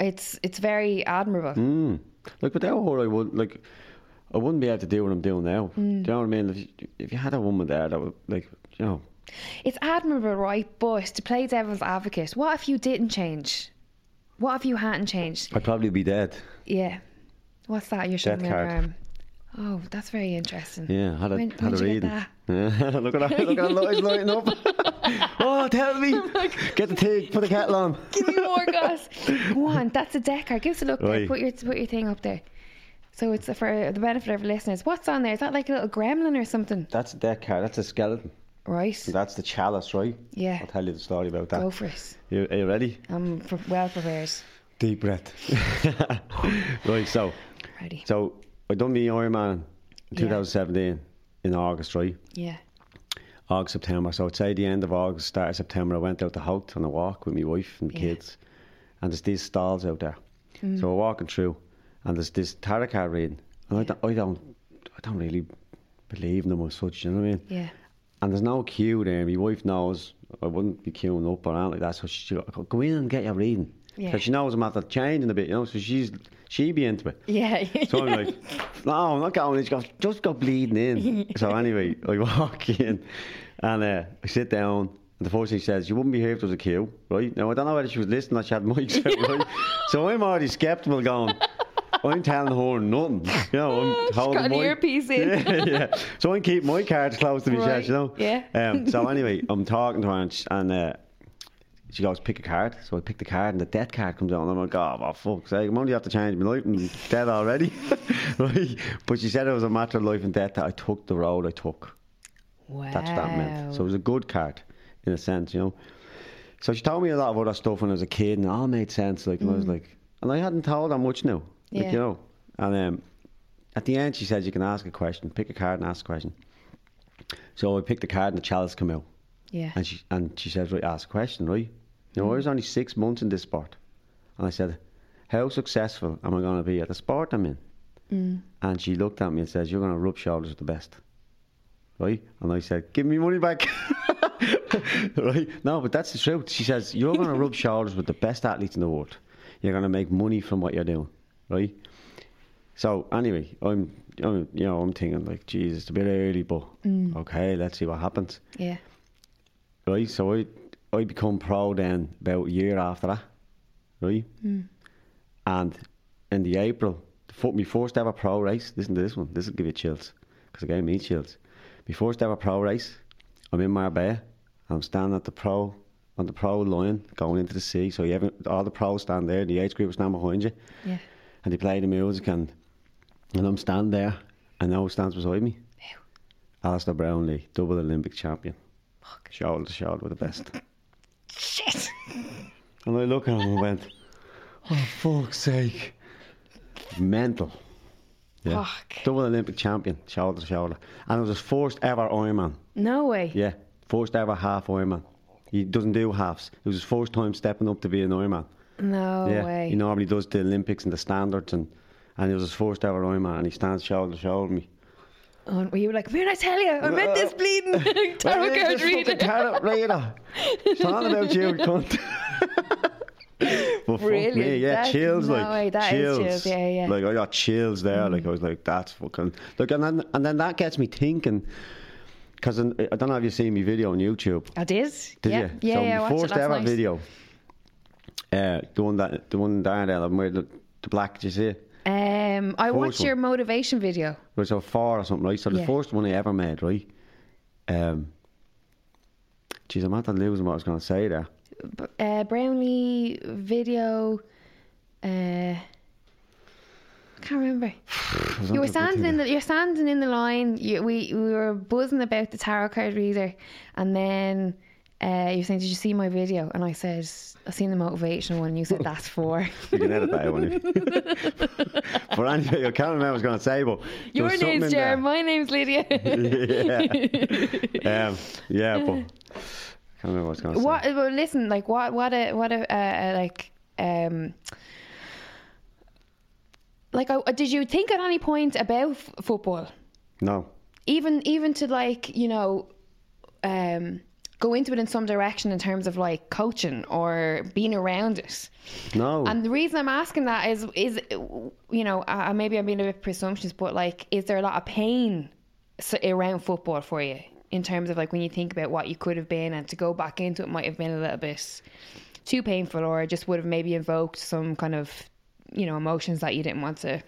Speaker 1: it's it's very admirable.
Speaker 2: Mm. Like without her, I would like. I wouldn't be able to do what I'm doing now.
Speaker 1: Hmm.
Speaker 2: Do you know what I mean? If you, if you had a woman there that would, like, you know,
Speaker 1: It's admirable, right? But to play devil's advocate, what if you didn't change? What if you hadn't changed?
Speaker 2: I'd probably be dead.
Speaker 1: Yeah. What's that you're showing me
Speaker 2: Death
Speaker 1: your
Speaker 2: card.
Speaker 1: arm? Oh, that's very interesting.
Speaker 2: Yeah, had a
Speaker 1: When-
Speaker 2: had
Speaker 1: when'd
Speaker 2: a
Speaker 1: you get
Speaker 2: reading.
Speaker 1: that?
Speaker 2: Yeah, look at that! Look at that! light, It's lighting up. oh, tell me, get the tea, put the kettle on.
Speaker 1: Give me more gas. Go on, that's a deck card. Give us a look there.
Speaker 2: Right.
Speaker 1: Put your put your thing up there. So it's for the benefit of our listeners. What's on there? Is that like a little gremlin or something?
Speaker 2: That's a deck card. That's a skeleton.
Speaker 1: Right.
Speaker 2: That's the chalice, right?
Speaker 1: Yeah.
Speaker 2: I'll tell you the story about that.
Speaker 1: Go for it.
Speaker 2: You, are you ready?
Speaker 1: I'm pre- well prepared.
Speaker 2: Deep breath. right. So,
Speaker 1: Ready.
Speaker 2: so I done the Ironman in
Speaker 1: Yeah.
Speaker 2: 2017 in August, right?
Speaker 1: Yeah.
Speaker 2: August, September. So I'd say the end of August, start of September, I went out to Hout on a walk with my wife and my
Speaker 1: Yeah. Mm.
Speaker 2: kids. And there's these stalls out there. So we're walking through and there's this tarot card reading. And I, don't, I don't I don't really believe in them as such, you know what I mean?
Speaker 1: Yeah.
Speaker 2: And there's no queue there. My wife knows I wouldn't be queuing up or anything like that. So she go, go in and get your reading.
Speaker 1: Yeah.
Speaker 2: Because she knows I'm after changing a bit, you know, so she's she'd be into it.
Speaker 1: Yeah.
Speaker 2: So I'm like, no, I'm not going. It's got, just got bleeding in. so anyway, I walk in and uh, I sit down. And the first thing she says, you wouldn't be here if there was a queue, right? Now, I don't know whether she was listening or she had mics out, right? so I'm already sceptical going, I'm telling her nothing. You know, I'm
Speaker 1: She's
Speaker 2: holding
Speaker 1: got an
Speaker 2: my...
Speaker 1: earpiece in.
Speaker 2: Yeah, yeah. So I keep my cards close to my
Speaker 1: Right,
Speaker 2: chest, you know?
Speaker 1: yeah.
Speaker 2: Um, so anyway, I'm talking to her and, she, and uh, she goes, pick a card. So I pick the card and the death card comes out. And I'm like, oh, well, fuck's sake. I'm only have to change my life. I'm dead already. right? But she said it was a matter of life and death that I took the road I took.
Speaker 1: wow.
Speaker 2: That's what that meant. So it was a good card in a sense, you know. So she told me a lot of other stuff when I was a kid and it all made sense. Like, and I was like, and I hadn't told her much now.
Speaker 1: Yeah.
Speaker 2: Like, you know. And um, at the end, she said, you can ask a question. Pick a card and ask a question. So I picked the card and the chalice came out.
Speaker 1: yeah.
Speaker 2: And she and she says, right, ask a question, right? You know, I was only six months in this sport. And I said, how successful am I going to be at the sport I'm in? And she looked at me and says, you're going to rub shoulders with the best. Right? And I said, give me money back. right? No, but that's the truth. She says, you're going to rub shoulders with the best athletes in the world. You're going to make money from what you're doing. Right? So anyway, I'm, I'm you know, I'm thinking like, Jesus, it's a bit early, but okay, let's see what happens
Speaker 1: Yeah.
Speaker 2: right? So I I become pro then about a year after that, right? And in the April, the fir- my first ever pro race. Listen to this one. This will give you chills because it gave me chills. My first ever pro race. I'm in Marbella. I'm standing at the pro on the pro line going into the sea. So you have all the pros stand there. The age group stand behind you,
Speaker 1: Yeah.
Speaker 2: and they play the music and and I'm standing there. And now who stands beside me? Alistair Brownlee, double Olympic champion
Speaker 1: Fuck.
Speaker 2: shoulder to shoulder with the best.
Speaker 1: Shit.
Speaker 2: And I look at him and went, Oh, fuck's sake. Mental. Yeah.
Speaker 1: Fuck.
Speaker 2: Double Olympic champion, shoulder to shoulder. And it was his first ever Ironman.
Speaker 1: No way.
Speaker 2: Yeah, first ever half Ironman. He doesn't do halves. It was his first time stepping up to be an Ironman.
Speaker 1: No
Speaker 2: yeah,
Speaker 1: way.
Speaker 2: he normally does the Olympics and the standards, and, and it was his first ever Ironman, and he stands shoulder to shoulder with me.
Speaker 1: Oh, were you like, man, I tell you, I met this bleeding tarot
Speaker 2: Where
Speaker 1: card
Speaker 2: is this fucking
Speaker 1: reader.
Speaker 2: Tarot reader. It's not about you, cunt. But
Speaker 1: Brilliant.
Speaker 2: fuck me, yeah,
Speaker 1: That's-
Speaker 2: chills
Speaker 1: no
Speaker 2: like
Speaker 1: way, that is
Speaker 2: chills.
Speaker 1: chills, yeah, yeah. Mm.
Speaker 2: Like I got chills there. Like I was like, that's fucking. Like and then and then that gets me thinking, because I don't know if you've seen me video on YouTube.
Speaker 1: I Oh, did.
Speaker 2: Did
Speaker 1: yeah.
Speaker 2: you?
Speaker 1: Yeah,
Speaker 2: so
Speaker 1: yeah, I
Speaker 2: my
Speaker 1: watched
Speaker 2: first
Speaker 1: it last
Speaker 2: ever
Speaker 1: night.
Speaker 2: video. Uh, the one that the one down there, I'm wearing the, the black. Did you see it?
Speaker 1: Um, I watched
Speaker 2: one.
Speaker 1: your motivation video.
Speaker 2: It was a four or something, right? So the
Speaker 1: Yeah.
Speaker 2: first one I ever made, right? Um, geez, I'm at the losing what I was going to say there.
Speaker 1: B- Uh, Brownlee video. Uh, can't remember.
Speaker 2: I
Speaker 1: You
Speaker 2: was onto
Speaker 1: were
Speaker 2: a good
Speaker 1: standing
Speaker 2: thing
Speaker 1: in
Speaker 2: there.
Speaker 1: the you're standing in the line. You, we we were buzzing about the tarot card reader, and then uh, you were saying, "Did you see my video?" And I said, "I seen the motivational one." And you said, "That's for."
Speaker 2: You can edit that one. if- but anyway, I can't remember what I was going to say, but there
Speaker 1: Your
Speaker 2: was something
Speaker 1: name's
Speaker 2: in
Speaker 1: Jer.
Speaker 2: there.
Speaker 1: My name's Lydia.
Speaker 2: yeah. Um, yeah, but I can't remember what I was going to say.
Speaker 1: what? Well, listen, like what? What a what a uh, uh, like um. Like, I, did you think at any point about f- football?
Speaker 2: No.
Speaker 1: even even to like you know um go into it in some direction in terms of like coaching or being around it
Speaker 2: No.
Speaker 1: and the reason i'm asking that is is you know uh, maybe i'm being a bit presumptuous but like is there a lot of pain s- around football for you in terms of like when you think about what you could have been and to go back into it might have been a little bit too painful or just would have maybe invoked some kind of you know emotions that you didn't want to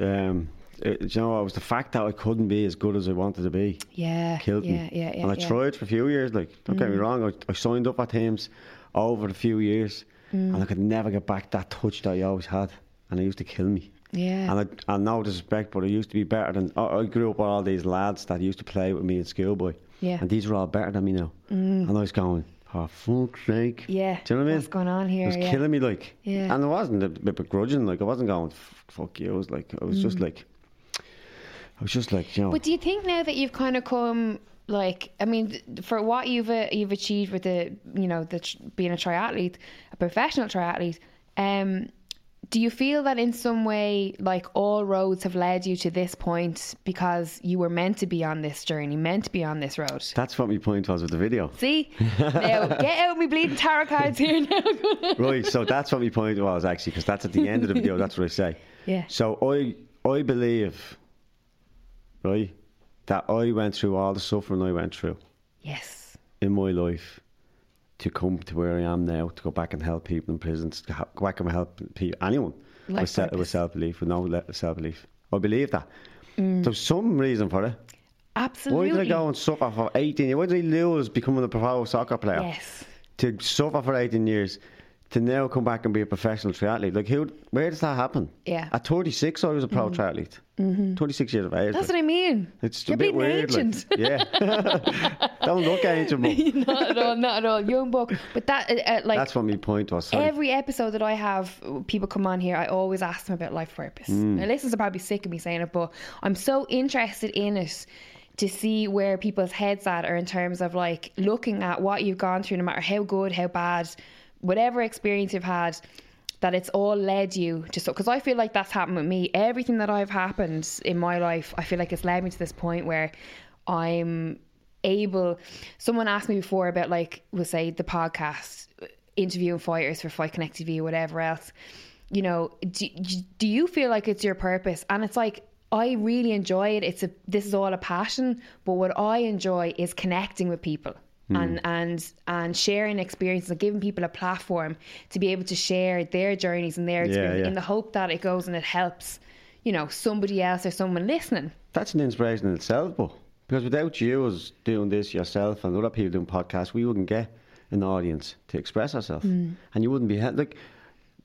Speaker 2: um, it, do you know, what? it was the fact that I couldn't be as good as I wanted to be.
Speaker 1: yeah
Speaker 2: Killed
Speaker 1: yeah,
Speaker 2: me.
Speaker 1: yeah yeah
Speaker 2: and I
Speaker 1: yeah. Mm.
Speaker 2: tried for a few years. Like, don't get me wrong, I, I signed up at teams over a few years,
Speaker 1: Mm.
Speaker 2: and I could never get back that touch that I always had, and it used to kill me.
Speaker 1: yeah
Speaker 2: And I, and no disrespect, but I used to be better than. I, I grew up with all these lads that used to play with me in schoolboy.
Speaker 1: Yeah. Mm.
Speaker 2: And these were all better than me now. And I was going, oh, fuck's sake.
Speaker 1: Yeah.
Speaker 2: Do you know what I mean?
Speaker 1: What's going on here?
Speaker 2: It was
Speaker 1: yeah.
Speaker 2: killing me, like.
Speaker 1: Yeah.
Speaker 2: And it wasn't a bit begrudging, like, I wasn't going, "F- fuck you. I was like, I was just like, I was just like, you know.
Speaker 1: Mm. But do you think now that you've kind of come, like, I mean, th- for what you've uh, you've achieved with the, you know, the tr- being a triathlete, a professional triathlete, um, do you feel that in some way, like, all roads have led you to this point because you were meant to be on this journey, meant to be on this road?
Speaker 2: that's what my point was with the video.
Speaker 1: See, now get out me bleeding tarot cards here now.
Speaker 2: right, so that's what my point was actually, because that's at the end of the video. That's what I say.
Speaker 1: Yeah.
Speaker 2: So I I believe, right, that I went through all the suffering I went through
Speaker 1: yes.
Speaker 2: in my life to come to where I am now, to go back and help people in prisons, to help, go back and help pe anyone
Speaker 1: Life
Speaker 2: with, se- with
Speaker 1: purpose.
Speaker 2: self belief, with no self belief. I believe that. There's some reason for it. Why
Speaker 1: Absolutely.
Speaker 2: did I go and suffer for 18 years? Why did I lose becoming a pro soccer player?
Speaker 1: Yes.
Speaker 2: to suffer for 18 years to now come back and be a professional triathlete. Like, who, where does that happen?
Speaker 1: Yeah. Mm-hmm.
Speaker 2: At 36, I was a pro triathlete. 26 years of age.
Speaker 1: That's what
Speaker 2: like,
Speaker 1: I mean.
Speaker 2: it's
Speaker 1: You're
Speaker 2: a bit
Speaker 1: being
Speaker 2: weird. like,
Speaker 1: ancient.
Speaker 2: yeah. Don't look ancient, but
Speaker 1: not at all. Not at all. Young buck. But that, uh, uh, like,
Speaker 2: that's what my point was. Sorry.
Speaker 1: Every episode that I have, people come on here, I always ask them about life purpose. Now, listeners are probably sick of me saying it, but I'm so interested in it to see where people's heads at are in terms of like looking at what you've gone through, no matter how good, how bad, whatever experience you've had, that it's all led you to so. Because I feel like that's happened with me. Everything that I've happened in my life, I feel like it's led me to this point where I'm able someone asked me before about like we'll say the podcast interviewing fighters for fight connect tv whatever else you know do, do you feel like it's your purpose and it's like i really enjoy it it's a this is all a passion but what i enjoy is connecting with people
Speaker 2: Hmm.
Speaker 1: and and and sharing experiences and giving people a platform to be able to share their journeys and their experiences
Speaker 2: yeah.
Speaker 1: in the hope that it goes and it helps you know somebody else or someone listening
Speaker 2: that's an inspiration in itself, but because without you as doing this yourself and other people doing podcasts, we wouldn't get an audience to express ourselves,
Speaker 1: Mm.
Speaker 2: and you wouldn't be he- like.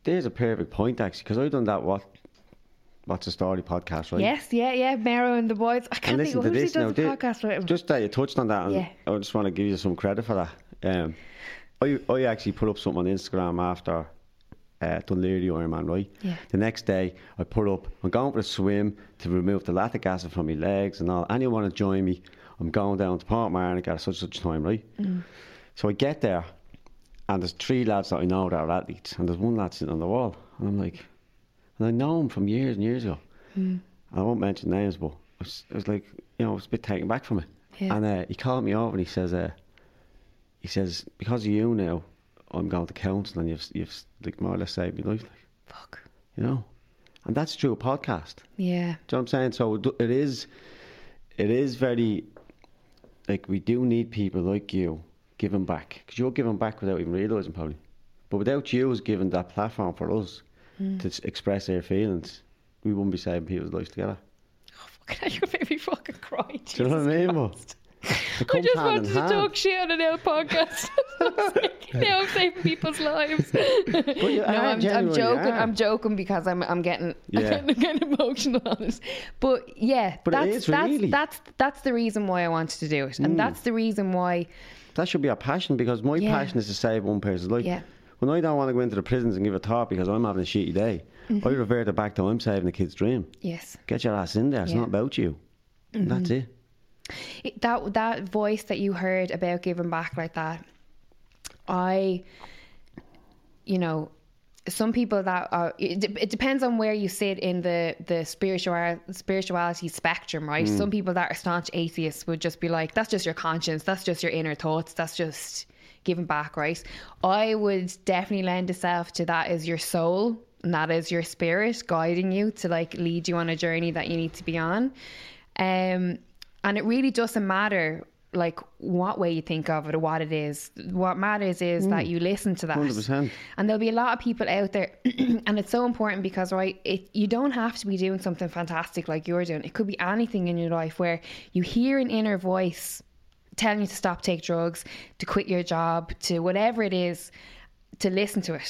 Speaker 2: There's a perfect point actually, because I've done that. What, what's the story podcast, right?
Speaker 1: Yes, yeah, yeah. Mero and the boys. I can't
Speaker 2: And
Speaker 1: think
Speaker 2: listen
Speaker 1: of
Speaker 2: to
Speaker 1: who's he
Speaker 2: this now.
Speaker 1: does the
Speaker 2: di-
Speaker 1: podcast with.
Speaker 2: Just that you touched on that, and
Speaker 1: Yeah.
Speaker 2: I just want to give you some credit for that. Um, I, I actually put up something on Instagram after uh, Dunleary Ironman, right?
Speaker 1: Yeah.
Speaker 2: The next day, I put up, I'm going for a swim to remove the lactic acid from my legs and all. Anyone want to join me? I'm going down to Port Marnock at such such time, right?
Speaker 1: Mm.
Speaker 2: So I get there, and there's three lads that I know that are athletes, and there's one lad sitting on the wall, and I'm like, and I know him from years and years ago. I won't mention names, but I was, I was like, you know, I was a bit taken back from it.
Speaker 1: Yeah.
Speaker 2: And uh, he called me over and he says, uh, he says, because of you now, I'm going to council and you've, you've like more or less saved my life, like,
Speaker 1: Fuck.
Speaker 2: you know, and that's through a podcast.
Speaker 1: Yeah.
Speaker 2: Do you know what I'm saying? So it do- it is, it is very, like we do need people like you giving back because you're giving back without even realizing probably, but without you as giving that platform for us
Speaker 1: Mm.
Speaker 2: to s- express our feelings, we wouldn't be saving people's lives together.
Speaker 1: Oh, fucking hell, you're making me fucking cry.
Speaker 2: Do you know what I mean? But It
Speaker 1: I
Speaker 2: comes
Speaker 1: just
Speaker 2: hand in
Speaker 1: wanted to
Speaker 2: hand.
Speaker 1: talk shit on an old podcast. now I'm saving people's lives.
Speaker 2: you
Speaker 1: no,
Speaker 2: are,
Speaker 1: I'm, I'm
Speaker 2: genuinely
Speaker 1: joking.
Speaker 2: are.
Speaker 1: I'm joking because I'm I'm getting
Speaker 2: Yeah.
Speaker 1: I'm getting emotional on it. But yeah,
Speaker 2: But it
Speaker 1: that's
Speaker 2: is
Speaker 1: that's
Speaker 2: really. Hmm.
Speaker 1: that's that's the reason why I wanted to do it, and that's the reason why.
Speaker 2: That should be a passion because my
Speaker 1: Yeah.
Speaker 2: passion is to save one person's life.
Speaker 1: Yeah.
Speaker 2: When I don't want to go into the prisons and give a talk because I'm having a shitty day,
Speaker 1: Mm-hmm.
Speaker 2: I revert it back to I'm saving the kid's dream.
Speaker 1: Yes,
Speaker 2: Get your ass in there. It's
Speaker 1: Yeah. Mm-hmm.
Speaker 2: not about you. And That's it.
Speaker 1: It- that that voice that you heard about giving back like that, I, you know, some people that are it, de- it depends on where you sit in the the spiritual spirituality spectrum, right? Some people that are staunch atheists would just be like, "That's just your conscience. That's just your inner thoughts. That's just giving back." Right? I would definitely lend itself to that as your soul. And that is your spirit guiding you to like lead you on a journey that you need to be on. Um, and it really doesn't matter like what way you think of it or what it is. What matters is that you listen to that.
Speaker 2: 100%.
Speaker 1: And there'll be a lot of people out there, and it's so important because right, it you don't have to be doing something fantastic like you're doing. It could be anything in your life where you hear an inner voice telling you to stop, take drugs, to quit your job, to whatever it is, to listen to it.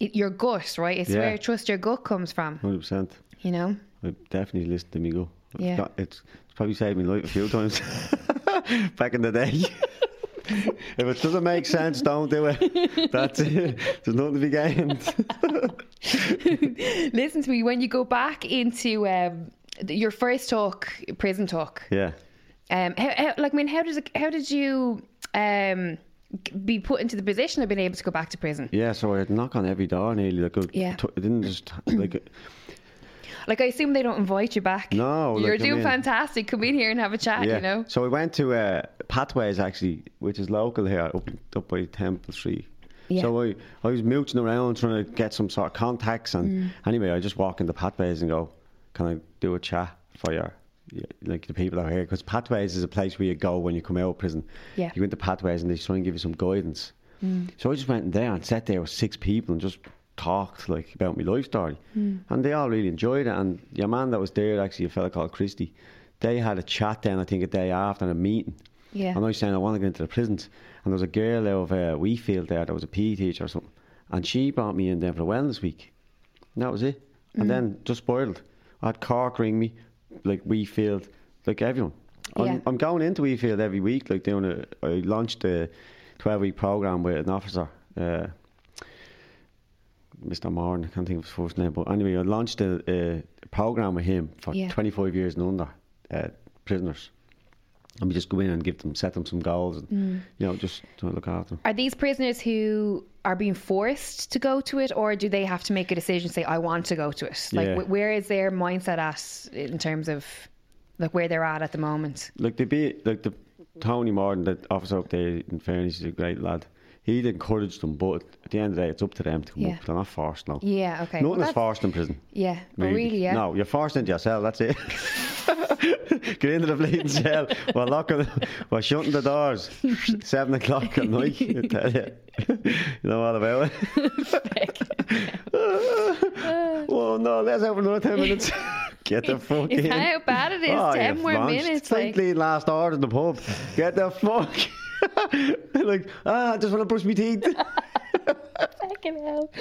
Speaker 1: it your gut, right? It's
Speaker 2: Yeah.
Speaker 1: where trust your gut comes from.
Speaker 2: 100%.
Speaker 1: You know.
Speaker 2: I definitely listen to me go. It's
Speaker 1: Yeah.
Speaker 2: got- it's, it's probably saved me life a few times back in the day. if it doesn't make sense, don't do it. That's it. There's nothing to be gained.
Speaker 1: Listen to me when you go back into um, th- your first talk, prison talk.
Speaker 2: Yeah.
Speaker 1: Um, how, how, like, I mean, how does it, how did you um g- be put into the position of being able to go back to prison?
Speaker 2: Yeah, so I'd knock on every door nearly. Like, I
Speaker 1: Yeah.
Speaker 2: t- I didn't just, like,
Speaker 1: Like, I assume they don't invite you back.
Speaker 2: No,
Speaker 1: you're
Speaker 2: like, I
Speaker 1: doing
Speaker 2: mean-
Speaker 1: fantastic. Come in here and have a chat. You know,
Speaker 2: So we went to uh, Pathways actually, which is local here, up, up by Temple Street.
Speaker 1: Yeah.
Speaker 2: So I, I was mooching around trying to get some sort of contacts,
Speaker 1: Mm.
Speaker 2: and anyway, I just walk into Pathways and go, "Can I do a chat for your, your like the people out here?" Because Pathways is a place where you go when you come out of prison.
Speaker 1: Yeah.
Speaker 2: You go into Pathways and they try and give you some guidance. So I just went in there and sat there with six people and just talked like about my life story, and they all really enjoyed it. And your man that was there, actually a fella called Christy, they had a chat then I think a day after and a meeting.
Speaker 1: Yeah.
Speaker 2: And I was saying I want to go into the prisons, and there was a girl out of uh, Weefield there that was a PE teacher or something, and she brought me in there for the wellness week. And that was it.
Speaker 1: Mm.
Speaker 2: And then just spoiled. I had Cork ring me, like Weefield, like everyone. I'm,
Speaker 1: Yeah.
Speaker 2: I'm going into Weefield every week, like doing a. I launched a 12 week program with an officer, uh, Mr. Moran, I can't think of his first name, but anyway, I launched a, a program with him for
Speaker 1: Yeah.
Speaker 2: 25 years and under uh, prisoners. And we just go in and give them, set them some goals, and
Speaker 1: Mm.
Speaker 2: you know, just to look after them.
Speaker 1: are these prisoners who are being forced to go to it, or do they have to make a decision? Say, I want to go to it. Like,
Speaker 2: Yeah.
Speaker 1: wh- where is their mindset at in terms of like where they're at at the moment?
Speaker 2: like they be like the Tony Martin, the officer up there. In fairness, he's a great lad. He'd encouraged them, but at the end of the day, it's up to them to come
Speaker 1: Yeah.
Speaker 2: up. They're not forced now.
Speaker 1: Yeah. Okay.
Speaker 2: Nothing
Speaker 1: Well,
Speaker 2: is
Speaker 1: that's-
Speaker 2: forced in prison.
Speaker 1: Yeah. Really. Oh, really yeah.
Speaker 2: No, you're forced into your cell. That's it. Get into the bleeding cell. We're locking. We're shutting the doors. Seven o'clock at night. I tell you. You know all about it. oh no! Let's have another ten minutes. Get the fuck
Speaker 1: Is
Speaker 2: in.
Speaker 1: that how bad it is?
Speaker 2: Oh,
Speaker 1: Ten
Speaker 2: you've
Speaker 1: more
Speaker 2: launched.
Speaker 1: minutes.
Speaker 2: It's like
Speaker 1: Like,
Speaker 2: clean last order in the pub. Get the fuck. like ah, I just want to brush my teeth.
Speaker 1: fucking hell.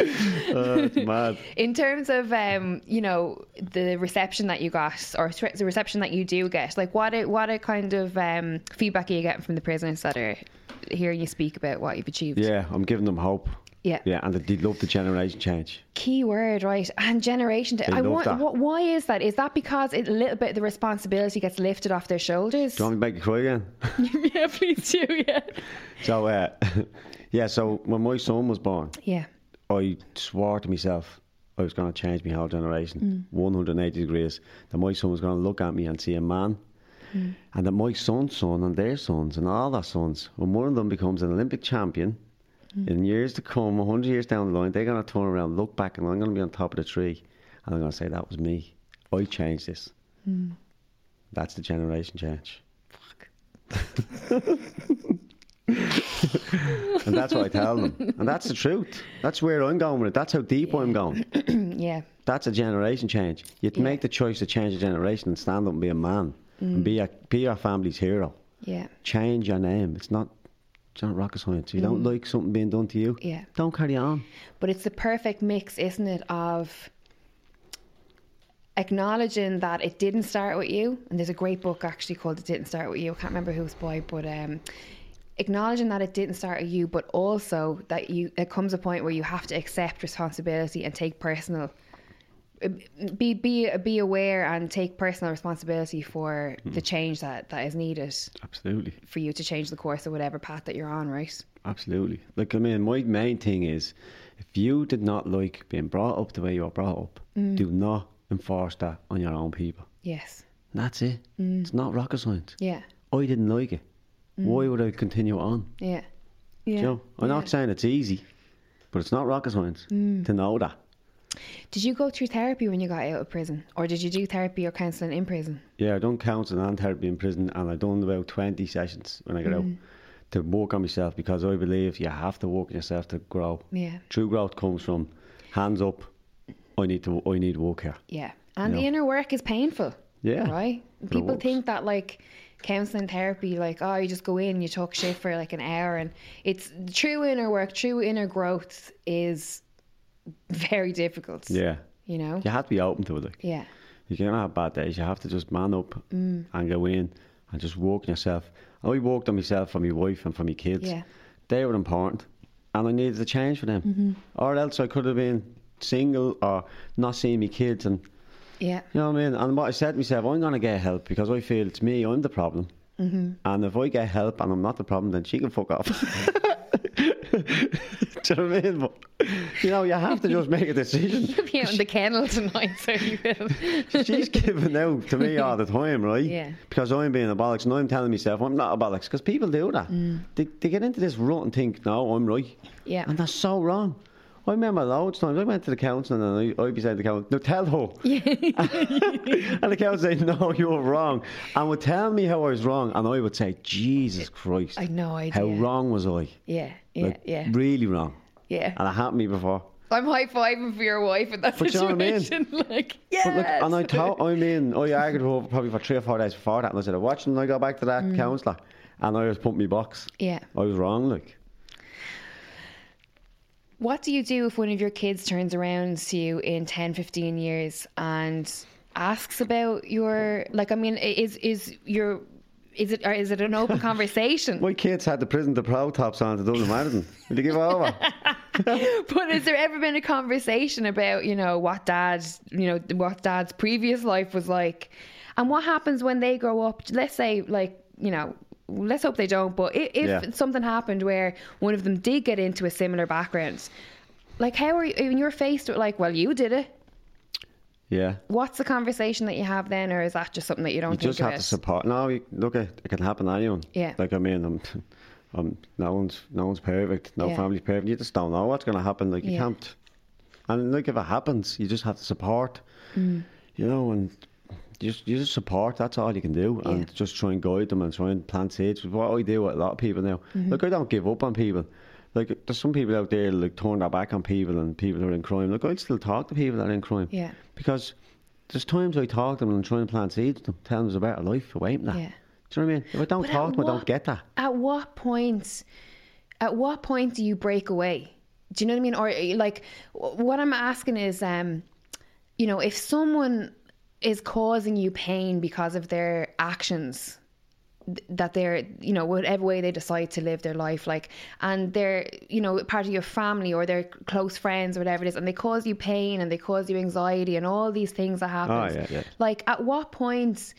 Speaker 2: Oh, it's mad.
Speaker 1: In terms of um, you know, the reception that you got or th- the reception that you do get, like what a, what a kind of um, feedback are you getting from the prisoners that are hearing you speak about what you've achieved?
Speaker 2: Yeah, I'm giving them hope.
Speaker 1: Yeah.
Speaker 2: Yeah, and they love the generation change.
Speaker 1: Key word, right? And generation. I
Speaker 2: love
Speaker 1: want.
Speaker 2: that.
Speaker 1: What, why is that? Is that because it- a little bit of the responsibility gets lifted off their shoulders?
Speaker 2: Do you want me to make you cry again?
Speaker 1: yeah, please do. Yeah.
Speaker 2: so, uh, yeah, so when my son was born,
Speaker 1: Yeah.
Speaker 2: I swore to myself I was going to change my whole generation 180 degrees. That my son was going to look at me and see a man. And that my son's son and their sons and all their sons, when one of them becomes an Olympic champion, in years to come, 100 years down the line, they're going to turn around, look back, and I'm going to be on top of the tree. And I'm going to say, that was me. I changed this. That's the generation change. Fuck. and that's what I tell them. And that's the truth. That's where I'm going with it. That's how deep I'm going.
Speaker 1: Mm, Yeah.
Speaker 2: That's a generation change. You make the choice to change a generation and stand up and be a man and be a, be your family's hero.
Speaker 1: Yeah.
Speaker 2: Change your name. It's not, it's not rocket science. You don't like something being done to you.
Speaker 1: Yeah.
Speaker 2: Don't carry on.
Speaker 1: But it's the perfect mix, isn't it, of acknowledging that it didn't start with you. And there's a great book actually called It Didn't Start With You. I can't remember who it's by, but um, acknowledging that it didn't start with you, but also that you it comes a point where you have to accept responsibility and take personal um, be be be aware and take personal responsibility for the change that, that is needed
Speaker 2: Absolutely.
Speaker 1: for you to change the course of whatever path that you're on, right?
Speaker 2: Absolutely. Like, I mean, my main thing is if you did not like being brought up the way you were brought up, do not enforce that on your own people.
Speaker 1: Yes.
Speaker 2: And that's it. It's not rocket science.
Speaker 1: Yeah.
Speaker 2: I didn't like it. Why would I continue on?
Speaker 1: Yeah. Mm. Yeah. Mm.
Speaker 2: You know, I'm not saying it's easy, but it's not rocket science to know that.
Speaker 1: Did you go through therapy when you got out of prison, or did you do therapy or counselling in prison?
Speaker 2: Yeah, I done counselling and therapy in prison, and I done about 20 sessions when I got
Speaker 1: Mm.
Speaker 2: out to work on myself because I believe you have to work on yourself to grow.
Speaker 1: Yeah.
Speaker 2: True growth comes from hands up. I need to. I need to work here.
Speaker 1: Yeah, and the
Speaker 2: Yeah.
Speaker 1: inner work is painful.
Speaker 2: Yeah,
Speaker 1: right.
Speaker 2: but it
Speaker 1: People
Speaker 2: works.
Speaker 1: think that like counselling therapy, like oh, you just go in, you talk shit for like an hour, and it's true inner work, true inner growth is very difficult.
Speaker 2: Yeah,
Speaker 1: you know.
Speaker 2: you have to be open to it. Like.
Speaker 1: Yeah,
Speaker 2: You cannot have bad days. You have to just man up and go in and just work on yourself. I worked on myself for my wife and for my kids.
Speaker 1: Yeah.
Speaker 2: They were important and I needed to change for them. Or else I could have been single or not seeing my kids and
Speaker 1: yeah,
Speaker 2: you know what I mean? And what I said to myself, I'm going to get help because I feel it's me, I'm the problem. Mm-hmm. And if I get help and I'm not the problem, then she can fuck off. Do you know what I mean? But, you know, you have to just make a decision.
Speaker 1: yeah. Be out in the kennel tonight, so you will.
Speaker 2: She's giving out to me all the time, right?
Speaker 1: Yeah.
Speaker 2: Because I'm being a bollocks and I'm telling myself I'm not a bollocks because people do that. They, they get into this rut and think, no, I'm right.
Speaker 1: Mm. Yeah.
Speaker 2: And that's so wrong. I remember loads of times I went to the council and I, I'd be saying to the council, no, tell her. and the council would say, no, you're wrong. And would tell me how I was wrong. And I would say, Jesus Christ.
Speaker 1: I know I
Speaker 2: How
Speaker 1: did.
Speaker 2: wrong was I?
Speaker 1: Yeah, yeah,
Speaker 2: Like,
Speaker 1: yeah,
Speaker 2: Really wrong.
Speaker 1: yeah.
Speaker 2: And it happened to me before.
Speaker 1: I'm high fiving for your wife in that
Speaker 2: But you know
Speaker 1: situation.
Speaker 2: what I mean?
Speaker 1: Like,
Speaker 2: But look,
Speaker 1: yes.
Speaker 2: and I thought, I mean, I argued with her probably for three or four days before that, and I said, I watched and I go back to that counsellor, and I was pumping my box.
Speaker 1: Yeah.
Speaker 2: I was wrong, like.
Speaker 1: What do you do if one of your kids turns around to you in 10, 15 years and asks about your like I mean i- is is your is it or is it an open conversation?
Speaker 2: My kids had the prison, the pro tops on to Dublin Marathon. Will you give over?
Speaker 1: but has there ever been a conversation about, you know, what dad's you know, what dad's previous life was like and what happens when they grow up? Let's say like, you know, let's hope they don't, but i- if
Speaker 2: Yeah.
Speaker 1: something happened where one of them did get into a similar background, like how are you when you're faced with like, well, you did it.
Speaker 2: yeah.
Speaker 1: what's the conversation that you have then, or is that just something that you don't
Speaker 2: You
Speaker 1: think
Speaker 2: just
Speaker 1: about?
Speaker 2: have to support. No, you, look, it, it can happen to anyone.
Speaker 1: Yeah.
Speaker 2: Like, I mean, I'm, I'm, no one's no one's perfect. No
Speaker 1: Yeah.
Speaker 2: family's perfect. You just don't know what's going to happen. Like, you
Speaker 1: Yeah.
Speaker 2: can't. And, like, if it happens, you just have to support.
Speaker 1: Mm.
Speaker 2: You know, and you just, you just support. That's all you can do. And just try and guide them and try and plant seeds. What I do with a lot of people now,
Speaker 1: Mm-hmm.
Speaker 2: look, I don't give up on people. Like, there's some people out there, like, turn their back on people and people who are in crime. Look, I'd still talk to people that are in crime.
Speaker 1: Yeah.
Speaker 2: Because there's times I talk to them and try and plant seeds to them, tell them there's a better life away from that.
Speaker 1: Yeah.
Speaker 2: Do you know what I mean? If I don't
Speaker 1: But at
Speaker 2: talk to them, I
Speaker 1: what-
Speaker 2: don't get that.
Speaker 1: At what point? At what point do you break away? Do you know what I mean? Or eh, like, wh- what I'm asking is, um, you know, if someone is causing you pain because of their actions th- that they're you know whatever way they decide to live their life like and they're you know part of your family or they're close friends or whatever it is and they cause you pain and they cause you anxiety and all these things that happen
Speaker 2: Ah, yeah, yeah.
Speaker 1: like at what point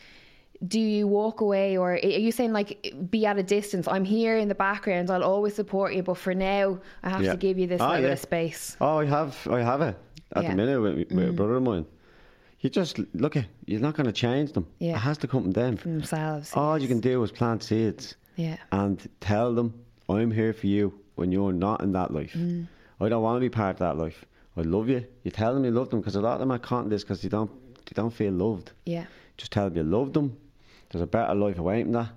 Speaker 1: do you walk away or are you saying like be at a distance i'm here in the background i'll always support you but for now i have
Speaker 2: Yeah.
Speaker 1: to give you this
Speaker 2: Ah,
Speaker 1: little bit
Speaker 2: yeah.
Speaker 1: of space
Speaker 2: Oh, I have, I have it at
Speaker 1: Yeah. Mm.
Speaker 2: the minute with, with a brother of mine. You just look at, you're not going to change them.
Speaker 1: Yeah.
Speaker 2: It has to come from them.
Speaker 1: for themselves
Speaker 2: All you can do is plant seeds
Speaker 1: yeah
Speaker 2: and tell them, I'm here for you when you're not in that life.
Speaker 1: Mm.
Speaker 2: I don't want to be part of that life. I love you. You tell them you love them because a lot of them are caught in this because they don't, they don't feel loved.
Speaker 1: yeah
Speaker 2: just tell them you love them. There's a better life away from that.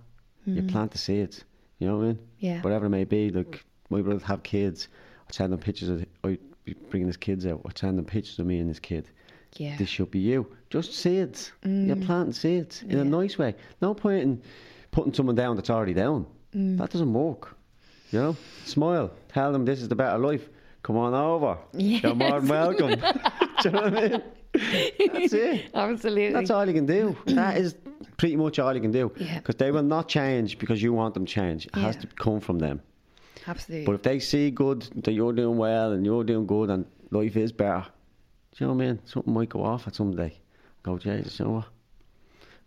Speaker 2: You plant the seeds. You know what I mean?
Speaker 1: Mm-hmm. Yeah.
Speaker 2: Whatever it may be, like my brother have kids. I'd send them pictures of I'd be bringing his kids out. I'd send them pictures of me and his kid.
Speaker 1: yeah Mm.
Speaker 2: This should be you. Just seeds. You're planting seeds in a nice way. No point in putting someone down that's already down.
Speaker 1: Mm.
Speaker 2: That doesn't work. You know, smile. Tell them this is the better life. Come on over. You're more than
Speaker 1: Yes.
Speaker 2: welcome. Do you know what I mean? That's it.
Speaker 1: Absolutely.
Speaker 2: That's all you can do. That is pretty much all you can do.
Speaker 1: Yeah.
Speaker 2: Because they will not change because you want them change. It has
Speaker 1: Yeah.
Speaker 2: to come from them.
Speaker 1: Absolutely.
Speaker 2: But if they see good that you're doing well and you're doing good and life is better, do you know what I mean? Something might go off at some day. Go, Jesus, you know what?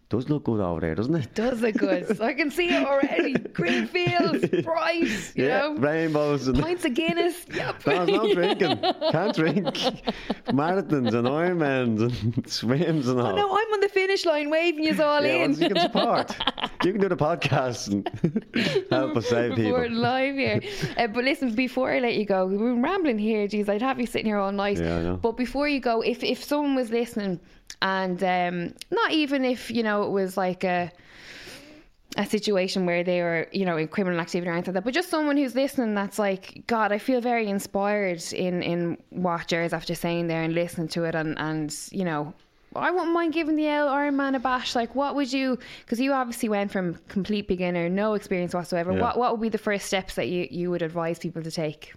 Speaker 2: Does look good over there, doesn't it?
Speaker 1: Does it good. I can see it already. Green fields, bright, you know.
Speaker 2: rainbows and
Speaker 1: Pints of Guinness. Yep.
Speaker 2: No, it's not drinking. Can't drink. Marathons and Ironmans and swims and all.
Speaker 1: No, I'm on the finish line waving you all
Speaker 2: Oh. yeah,
Speaker 1: in.
Speaker 2: well, you can support. you can do the podcast and help us save
Speaker 1: We're
Speaker 2: people.
Speaker 1: live here. Uh, but listen, before I let you go, we've been rambling here. Geez, I'd have you sitting here all night.
Speaker 2: Yeah, I know.
Speaker 1: But before you go, if if someone was listening, and um, not even if you know it was like a a situation where they were, you know, in criminal activity or anything like that, but just someone who's listening that's like, God, I feel very inspired in in what Jerry's after saying there and listening to it, and and you know. I wouldn't mind giving the L Iron Man a bash. Like, what would you? Because you obviously went from complete beginner, no experience whatsoever.
Speaker 2: Yeah.
Speaker 1: What What would be the first steps that you you would advise people to take?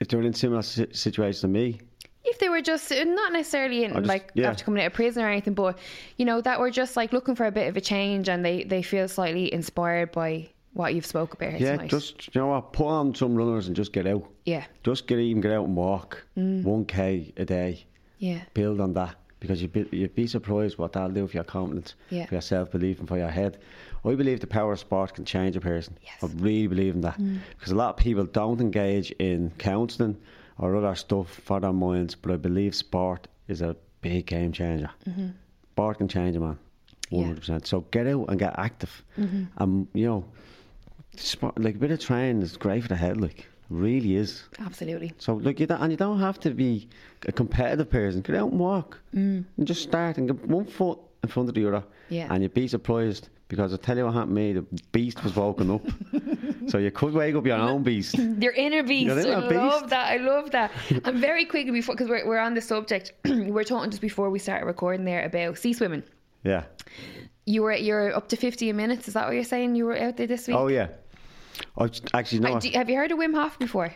Speaker 2: If they're in similar si- situations to me,
Speaker 1: if they were just uh, not necessarily in
Speaker 2: just-
Speaker 1: like
Speaker 2: yeah.
Speaker 1: after coming out of prison or anything, but you know that were just like looking for a bit of a change and they they feel slightly inspired by what you've spoke about. here
Speaker 2: yeah,
Speaker 1: tonight.
Speaker 2: just you know what, put on some runners and just get out.
Speaker 1: yeah,
Speaker 2: Just get even get out and walk. One k a day.
Speaker 1: yeah,
Speaker 2: build on that because you'd be, you'd be surprised what that'll do for your confidence,
Speaker 1: Yeah.
Speaker 2: for your self belief, and for your head. I believe the power of sport can change a person.
Speaker 1: Yes. Mm.
Speaker 2: I really believe in that because a lot of people don't engage in counselling or other stuff for their minds, but I believe sport is a big game changer. Sport can change a man.
Speaker 1: Mm-hmm. Yeah. Mm-hmm.
Speaker 2: 100%. So get out and get active. And, you know, sport, like a bit of training is great for the head, like, really is.
Speaker 1: absolutely.
Speaker 2: So look, you don't, and you don't have to be a competitive person. Get out and walk, mm. and just start and get one foot in front of the other.
Speaker 1: Yeah.
Speaker 2: And you'd be surprised because I tell you what happened to me. The beast was woken up, so you could wake up your own beast.
Speaker 1: Your inner beast.
Speaker 2: inner
Speaker 1: I love
Speaker 2: beast.
Speaker 1: that. I love that. and very quickly before, because we're, we're on the subject, we we're talking just before we started recording there about sea swimming.
Speaker 2: Yeah.
Speaker 1: You were you're up to 15 minutes. Is that what you're saying? You were out there this week.
Speaker 2: Oh yeah. I was- actually no.
Speaker 1: Uh, do- have you heard of Wim Hof before?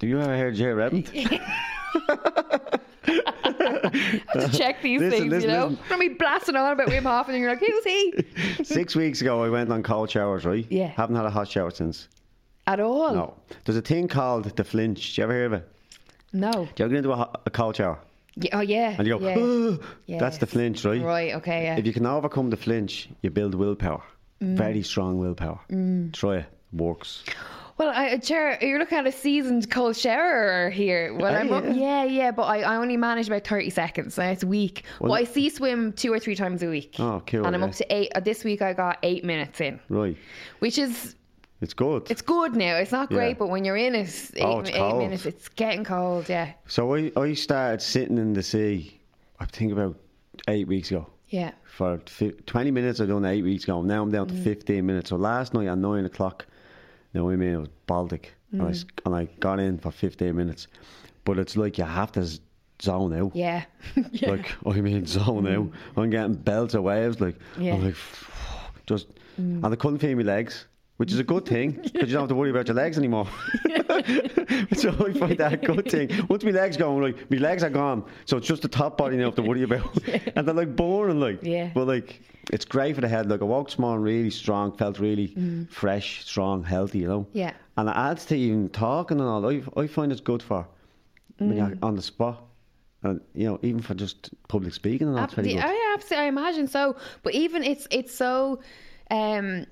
Speaker 2: do you ever hear Jay Redden?
Speaker 1: to check these
Speaker 2: Listen,
Speaker 1: things,
Speaker 2: listen,
Speaker 1: you know.
Speaker 2: listen.
Speaker 1: Don't be blasting on about Wim Hof and you're like, who's he?
Speaker 2: Six weeks ago, I went on cold showers. Right.
Speaker 1: Yeah. Oh.
Speaker 2: Haven't had a hot shower since.
Speaker 1: At all?
Speaker 2: No. There's a thing called the flinch. Do you ever hear of it?
Speaker 1: No.
Speaker 2: Do you ever get into a, hot- a cold shower
Speaker 1: Yeah, oh yeah.
Speaker 2: and you go?
Speaker 1: yeah.
Speaker 2: That's the
Speaker 1: Yes.
Speaker 2: flinch, right?
Speaker 1: Right, okay, yeah.
Speaker 2: If you can overcome the flinch, you build willpower. Very strong willpower. Try it. Works.
Speaker 1: Well, I, chair, you're looking at a seasoned cold shower here. Well,
Speaker 2: Are
Speaker 1: I'm up,
Speaker 2: you?
Speaker 1: yeah, yeah, but I, I only manage about 30 seconds. and It's weak. Well, I sea swim two or three times a week.
Speaker 2: Oh, cool,
Speaker 1: And I'm
Speaker 2: yeah.
Speaker 1: up to eight. uh, This week I got eight minutes in,
Speaker 2: Right.
Speaker 1: which is,
Speaker 2: It's good.
Speaker 1: it's good now. It's not great,
Speaker 2: Yeah.
Speaker 1: but when you're in it, eight
Speaker 2: Oh, it's
Speaker 1: eight
Speaker 2: cold.
Speaker 1: minutes, it's getting cold, yeah.
Speaker 2: so I, I started sitting in the sea, I think about eight weeks ago.
Speaker 1: Yeah.
Speaker 2: For fi 20 minutes, I've done eight weeks ago. Now I'm down to 15 minutes. So last night at nine o'clock, you know what I mean? It was Baltic. And, I, s- and I got in for 15 minutes. But it's like you have to z- zone out.
Speaker 1: Yeah. yeah. Mm.
Speaker 2: Like, I mean, so now I'm getting belts of waves. Like,
Speaker 1: Yeah. Mm.
Speaker 2: I'm like, just, and I couldn't feel my legs, which is a good thing because you don't have to worry about your legs anymore. so I find that a good thing. Once my legs go, I'm like, my legs are gone. So it's just the top body now I have to worry about. And they're like boring, like,
Speaker 1: Yeah.
Speaker 2: but like, it's great for the head. Like, I walked this morning really strong, felt really fresh, strong, healthy, you know?
Speaker 1: Mm. Yeah.
Speaker 2: And it adds to even talking and all. I, I find it's good for when
Speaker 1: Mm.
Speaker 2: you're on the spot. And, you know, even for just public speaking and that's
Speaker 1: Ab-
Speaker 2: very
Speaker 1: the-
Speaker 2: good.
Speaker 1: oh, yeah, absolutely. I imagine so. But even it's it's so um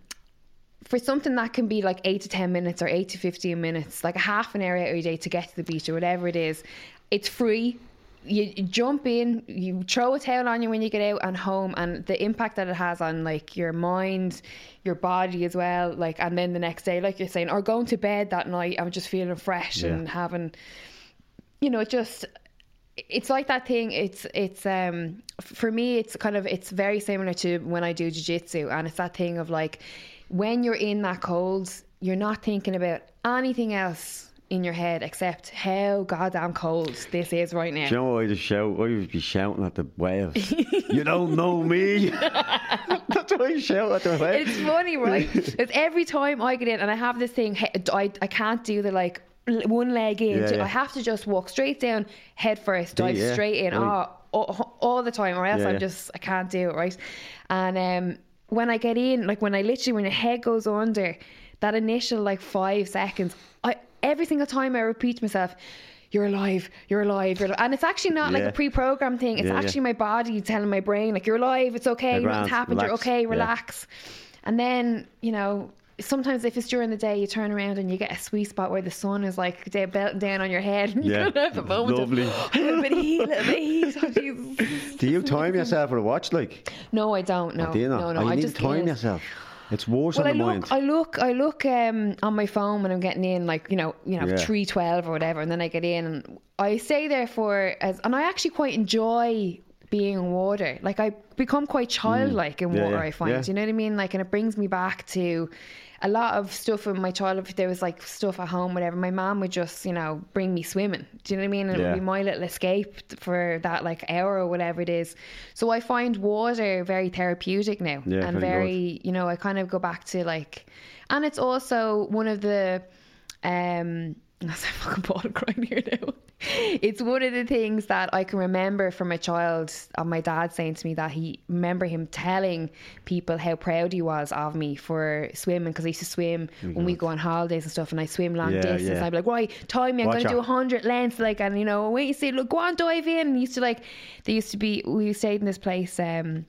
Speaker 1: for something that can be like eight to ten minutes or eight to fifteen minutes, like a half an hour out of your day to get to the beach or whatever it is, it's free. You, you jump in, you throw a towel on you when you get out and home, and the impact that it has on like your mind, your body as well. Like, and then the next day, like you're saying, or going to bed that night, I'm just feeling fresh
Speaker 2: Yeah.
Speaker 1: and having, you know, just it's like that thing it's it's um f- for me it's kind of it's very similar to when i do jiu-jitsu and it's that thing of like when you're in that cold you're not thinking about anything else in your head except how goddamn cold this is right now.
Speaker 2: Do you know what I just shout? I would be shouting at the waves. you don't know me. That's what I shout at the waves.
Speaker 1: It's funny, right? it's every time I get in and I have this thing, he- I, I can't do the like l- one leg in.
Speaker 2: Yeah,
Speaker 1: ju-
Speaker 2: yeah.
Speaker 1: I have to just walk straight down, head first, dive
Speaker 2: yeah.
Speaker 1: straight in.
Speaker 2: I mean-
Speaker 1: oh, all, all the time, or else
Speaker 2: Yeah,
Speaker 1: I'm
Speaker 2: yeah.
Speaker 1: just, I can't do it, right? And um, when I get in, like when I literally, when your head goes under, that initial like five seconds, I every single time I repeat to myself, you're alive, you're alive, you're alive. And it's actually not like
Speaker 2: Yeah.
Speaker 1: a pre programmed thing. It's
Speaker 2: Yeah, yeah.
Speaker 1: actually my body telling my brain, like, you're alive, it's okay,
Speaker 2: Hey,
Speaker 1: nothing's
Speaker 2: Grant,
Speaker 1: happened, you're
Speaker 2: relax.
Speaker 1: okay,
Speaker 2: Yeah.
Speaker 1: relax. And then, you know, sometimes if it's during the day, you turn around and you get a sweet spot where the sun is like da- belting down on your head. And
Speaker 2: Yeah.
Speaker 1: you have a moment
Speaker 2: Lovely.
Speaker 1: Of, "Oh, a little bit of heat, a little bit of heat. Oh, Jesus.
Speaker 2: Do you time yourself with a watch? Like,
Speaker 1: No, I don't. No,
Speaker 2: do you not?
Speaker 1: no,
Speaker 2: Oh,
Speaker 1: no.
Speaker 2: you
Speaker 1: I
Speaker 2: need
Speaker 1: just
Speaker 2: to time
Speaker 1: get-
Speaker 2: yourself. It's worse
Speaker 1: Well, I
Speaker 2: on the
Speaker 1: look, I
Speaker 2: mind.
Speaker 1: look, I look um, on my phone when I'm getting in, like you know, you know,
Speaker 2: Yeah.
Speaker 1: three twelve or whatever, and then I get in and I stay there for as, and I actually quite enjoy being in water. Like I become quite childlike in
Speaker 2: Mm. Yeah,
Speaker 1: water.
Speaker 2: yeah,
Speaker 1: I find,
Speaker 2: yeah.
Speaker 1: you know what I mean? Like, and it brings me back to a lot of stuff in my childhood. There was like stuff at home, whatever. My mom would just, you know, bring me swimming. Do you know what I mean? And it
Speaker 2: Yeah.
Speaker 1: would be my little escape t- for that like hour or whatever it is. So I find water very therapeutic now
Speaker 2: Yeah,
Speaker 1: and
Speaker 2: very good.
Speaker 1: very you know, I kind of go back to like, and it's also one of the, um, that's a fucking ball of crying here now. It's one of the things that I can remember from a child of my dad saying to me that he remember him telling people how proud he was of me for swimming because I used to swim when we go on holidays and stuff and I swim long
Speaker 2: Mm-hmm. Yeah,
Speaker 1: distance.
Speaker 2: yeah.
Speaker 1: I'd be like, right, time me, I'm
Speaker 2: Watch
Speaker 1: going to do
Speaker 2: out."
Speaker 1: 100 lengths like and you know wait you see look go on dive in and used to like they used to be we stayed in this place um